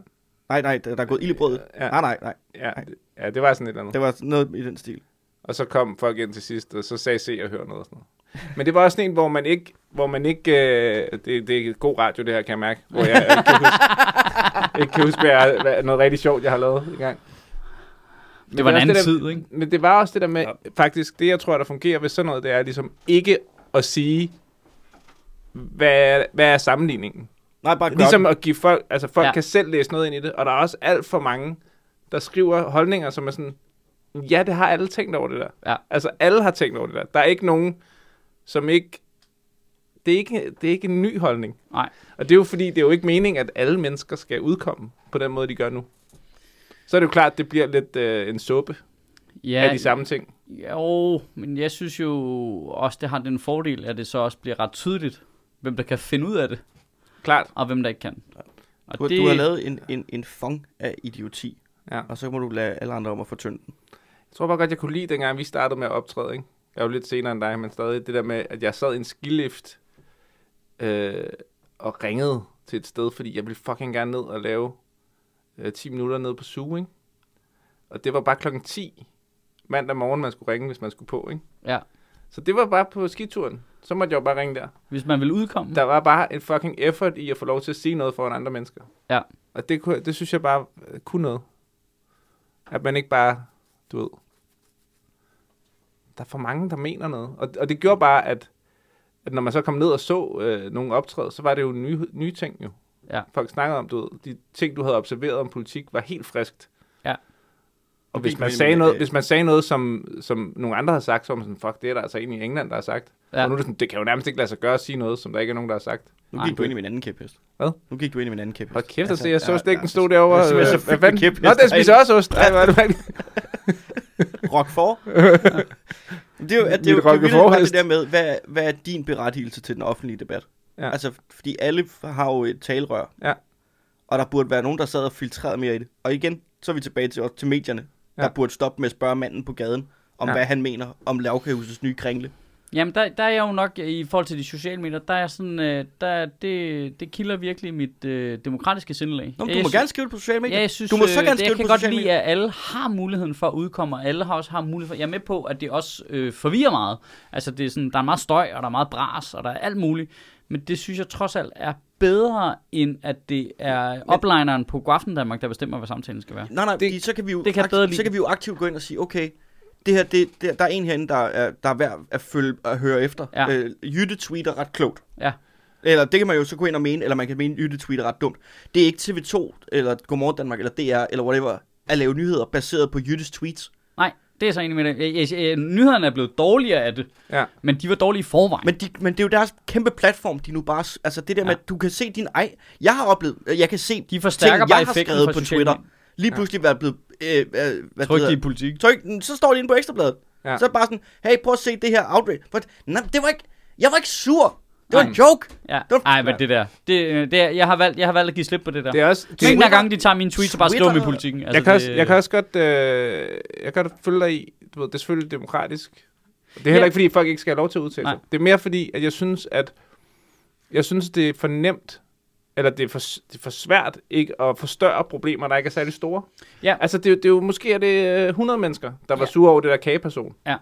C: Nej, nej, der, der er gået ild i brødet.
B: Ja.
C: Nej, nej, nej.
B: ja, ja, det var sådan et eller andet.
C: Det var noget i den stil.
B: Og så kom folk ind til sidst, og så sagde se og hør noget og sådan noget. Men det var også sådan en, hvor man ikke... Hvor man ikke øh, det, det er god radio, det her, kan jeg mærke. Hvor jeg ikke kan huske,
C: [laughs]
B: ikke kan huske hvad, jeg, hvad, noget rigtig sjovt, jeg har lavet engang. Men
A: Det var en
B: er også
A: anden
B: det
A: tid,
B: der,
A: ikke?
B: Men det var også det der med, ja. faktisk, det jeg tror, der fungerer ved sådan noget, det er ligesom ikke at sige, hvad, hvad er sammenligningen?
C: Nej, bare
B: Ligesom
C: ligesom,
B: at give folk, altså folk
A: Ja.
B: ja. kan selv læse noget ind i det, og der er også alt for mange, der skriver holdninger, som er sådan, ja, det har alle tænkt over det der.
A: Ja.
B: Altså alle har tænkt over det der. Der er ikke nogen, som ikke, det er ikke, det er ikke en ny holdning.
A: Nej.
B: Og det er jo fordi, det er jo ikke meningen, at alle mennesker skal udkomme på den måde, de gør nu. Så er det jo klart, at det bliver lidt øh, en suppe ja, af de samme ting.
A: Jo, men jeg synes jo også, det har den fordel, at det så også bliver ret tydeligt, hvem der kan finde ud af det,
B: Klart.
A: og hvem der ikke kan. Og
C: du, det... du har lavet en, en, en fong af idioti,
B: Ja.
C: og så må du lade alle andre om at fortynde den.
B: Jeg tror bare godt, jeg kunne lide, dengang vi startede med at optræde. Ikke? Jeg er jo lidt senere end dig, men stadig det der med, at jeg sad i en skilift øh, og ringede til et sted, fordi jeg ville fucking gerne ned og lave øh, 10 minutter nede på suge. Ikke? Og det var bare klokken 10 mandag morgen, man skulle ringe, hvis man skulle på. Ikke?
A: Ja.
B: Så det var bare på skituren. Så måtte jeg jo bare ringe der.
A: Hvis man vil udkomme.
B: Mm. Der var bare et fucking effort i at få lov til at sige noget foran andre mennesker.
A: Ja.
B: Og det, kunne- det synes jeg bare øh, kunne noget. At man ikke bare, du ved, der er for mange, der mener noget. Og, og det gjorde bare, at, at når man så kom ned og så øh, nogle optræde, så var det jo nye, nye ting jo.
A: Ja.
B: Folk snakkede om, du ved, de ting, du havde observeret om politik, var helt friskt.
A: Ja.
B: Og hvis
C: Fordi
B: man,
C: man-
B: sagde noget,
C: øh,
B: hvis man sagde noget, som, som nogle andre har sagt, så var man sådan, fuck, det er der altså en i England, der har sagt.
A: Ja.
B: Ja. Og nu er det sådan, det kan jo nærmest ikke lade sig gøre at sige noget, som der ikke er nogen, der har sagt.
C: Nu
A: Nej.
C: gik du ind i min anden kæphest.
B: Hvad?
C: Nu gik du ind i min anden kæphest.
B: Hold kæft, altså,
C: Altså,
B: jeg
C: ja,
B: så stikken
C: ja,
B: ja, stod derovre.
C: det er simpelthen
B: øh,
C: så
B: hvad
C: frygtelig
B: fanden?
C: kæphest
B: Nå, den spiser
C: derinde.
B: også ost. Nej, hvor er det rigtigt.
C: Rock
B: [laughs]
C: for. det er jo, at det er jo,
B: Mit
C: det er jo
B: Rock
C: vildt
B: for
C: meget
B: hest.
C: det der med, hvad, hvad er din berettigelse til den offentlige debat?
B: Ja.
C: Altså, fordi alle har jo et talerør.
B: Ja.
C: Og der burde være nogen, der sad og filtrerede mere i det. Og igen, så er vi tilbage til, til medierne,
B: Ja.
C: der burde stoppe med at spørge manden på gaden, om
B: Ja.
C: hvad han mener om lavkagehusets nye kringle.
A: Jamen, der, der er jeg jo nok, øh, i forhold til de sociale medier, der er sådan, øh, der, det, det kilder virkelig mit øh, demokratiske sindelag.
C: Nå, men
A: Jeg
C: du må
A: sy-
C: gerne skrive det på sociale medier.
A: Ja, jeg synes,
C: du må så
A: øh,
C: gerne
A: det, jeg
C: skrive
A: kan
C: det på
A: godt
C: sociale
A: lide,
C: medier.
A: at alle har muligheden for at udkomme, og alle har også har mulighed for... Jeg er med på, at det også øh, forvirrer meget. Altså, det er sådan, der er meget støj, og der er meget bras, og der er alt muligt. Men det synes jeg trods alt er bedre, end at det er men... oplineren på Godaften Danmark, der bestemmer, hvad samtalen skal være.
C: Nej, nej,
B: Det-
C: det, så, kan vi jo
A: det kan jeg bedre lide.
C: så kan vi jo aktivt gå ind og sige, okay, det her, det, det, der er en herinde, der er, der er værd at, følge, at høre efter.
A: Ja.
C: Øh, Jytte tweeter ret klogt.
A: Ja.
C: Eller det kan man jo så gå ind og mene, eller man kan mene, at Jytte tweeter ret dumt. Det er ikke TV2, eller Godmorgen Danmark, eller DR, eller whatever, at lave nyheder baseret på Jyttes tweets.
A: Nej, det er så egentlig med det. Jeg, jeg, jeg, nyhederne er blevet dårligere af det,
B: [laughs] Ja.
A: men de var dårlige i forvejen.
C: Men, de, men det er jo deres kæmpe platform, de nu bare... s- Altså det der ja. med, at du kan se din ej... Jeg har oplevet... Jeg kan se
A: De forstærker
C: ting,
A: bare
C: jeg har
A: effekten
C: skrevet
A: fra
C: på
A: sociale
C: Twitter.
A: medier.
C: Lige pludselig være blevet... Øh, øh, hvad det
A: Trygt
C: hedder.
A: i politik.
C: tryk, den, så står de inde på Ekstrabladet. Ja.
B: Ja.
C: Så er det bare sådan, hey, prøv at se det her outrage. For, nej, det var ikke, jeg var ikke sur. Det var en joke.
A: Ja.
C: Det var-
A: Ej, men det der. Det, øh, det er, jeg, har valgt, jeg har valgt at give slip på det der.
B: Det er også... Det, Altså,
A: Tænk
B: jeg,
A: hver gang, de tager mine tweets og bare skriver dem i
C: Twitter-
A: politikken. Altså,
B: jeg, kan også,
A: det-
B: jeg kan også godt... Øh, jeg kan godt følge dig i... Du ved, det er selvfølgelig demokratisk. Det er
A: Ja.
B: heller ikke, fordi folk ikke skal have lov til at udtale sig.
A: Nej.
B: Det er mere fordi, at jeg synes, at... Jeg synes, det er for nemt, eller det er for, det er for svært ikke at forstørre problemer, der ikke er særlig store.
A: Ja.
B: Altså, det, er jo- det er jo måske er det øh, 100 mennesker, der var
A: Ja.
B: sure over det der kageperson.
A: Ja.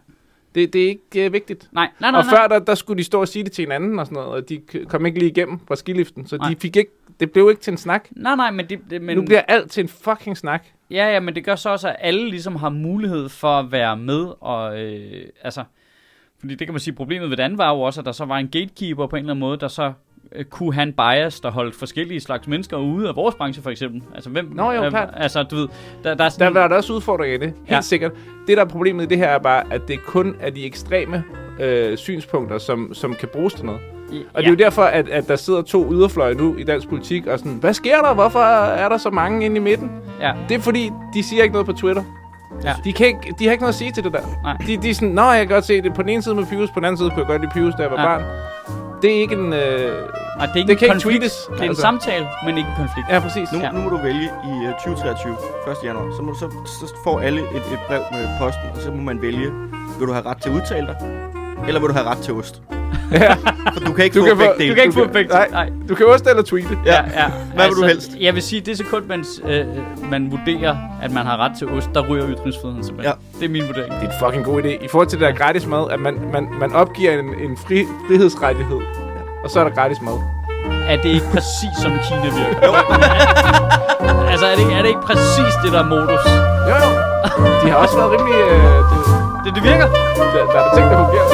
B: Det, det er ikke øh, vigtigt.
A: Nej, nej, nej.
B: Og
A: nej.
B: før der, der skulle de stå og sige det til hinanden og sådan noget, og de k- kom ikke lige igennem fra skiliften, så
A: Nej.
B: de fik ikke, det blev ikke til en snak.
A: Nej, nej, men det, det men,
B: Men... Nu bliver alt til en fucking snak.
A: ja, ja, men det gør så også, at alle ligesom har mulighed for at være med, og øh, altså, fordi det kan man sige, problemet ved det andet var jo også, at der så var en gatekeeper på en eller anden måde, der så øh, kunne han bias, der holdt forskellige slags mennesker ude af vores branche for eksempel. Altså, hvem,
B: Nå, jo, klart.
A: altså, du ved, der, der er
B: Der
A: sådan,
B: var der også udfordringer i det, helt
A: Ja.
B: ja. sikkert. Det, der er problemet i det her, er bare, at det kun er de ekstreme øh, synspunkter, som, som kan bruges til noget. Og ja. det er jo derfor, at, at der sidder to yderfløje nu i dansk politik og sådan, hvad sker der? Hvorfor er der så mange inde i midten?
A: ja,
B: Det er fordi, de siger ikke noget på Twitter.
A: Ja.
B: Ja. De, kan ikke, de har ikke noget at sige til det der.
A: Nej.
B: De, de er sådan, nå, jeg kan godt se det på den ene side med Pius, på den anden side kunne jeg godt lide Pius, da jeg var
A: Ja.
B: ja. barn. Det er ikke
A: og
B: en... Øh...
A: det er ikke
B: Det kan
A: en
B: ikke
A: konflikt.
B: tweetes,
A: det er en
B: altså.
A: samtale, men ikke en konflikt.
B: Ja, præcis.
C: Nu,
A: Ja.
C: ja. nu må du vælge i øh, 2023, 1. januar. Så, må du, så, så får alle et, et brev med posten, og så må man vælge, Vil du have ret til at udtale dig? Eller vil du have ret til ost?
B: [laughs] Ja.
C: For du kan ikke
B: Du
C: få
B: kan, få,
C: begge dele.
B: du kan ikke
A: Du
B: få
A: kan-
B: begge
A: nej.
B: dele. Nej, du kan ost eller tweete.
C: Ja.
A: ja. Altså,
C: Hvad vil du helst?
A: Jeg vil sige, det sekund, man, s- øh, man vurderer, at man har ret til ost, der ryger ytringsfriheden simpelthen. Ja. Det er min vurdering.
B: Det er en fucking god idé. I forhold til det der gratis mad, at man, man, man opgiver en, en fri, frihedsrettighed, og så er der gratis mad.
A: Er det ikke præcis som Kina virker? Jo. [laughs] altså, er det, ikke- er det ikke præcis det, der er modus?
B: Jo, jo. De har også været rimelig... Øh, det,
A: Det, det virker.
B: der, der er der ting, der fungerer.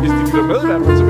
B: Hvis de lytter med, i hvert fald, så [laughs]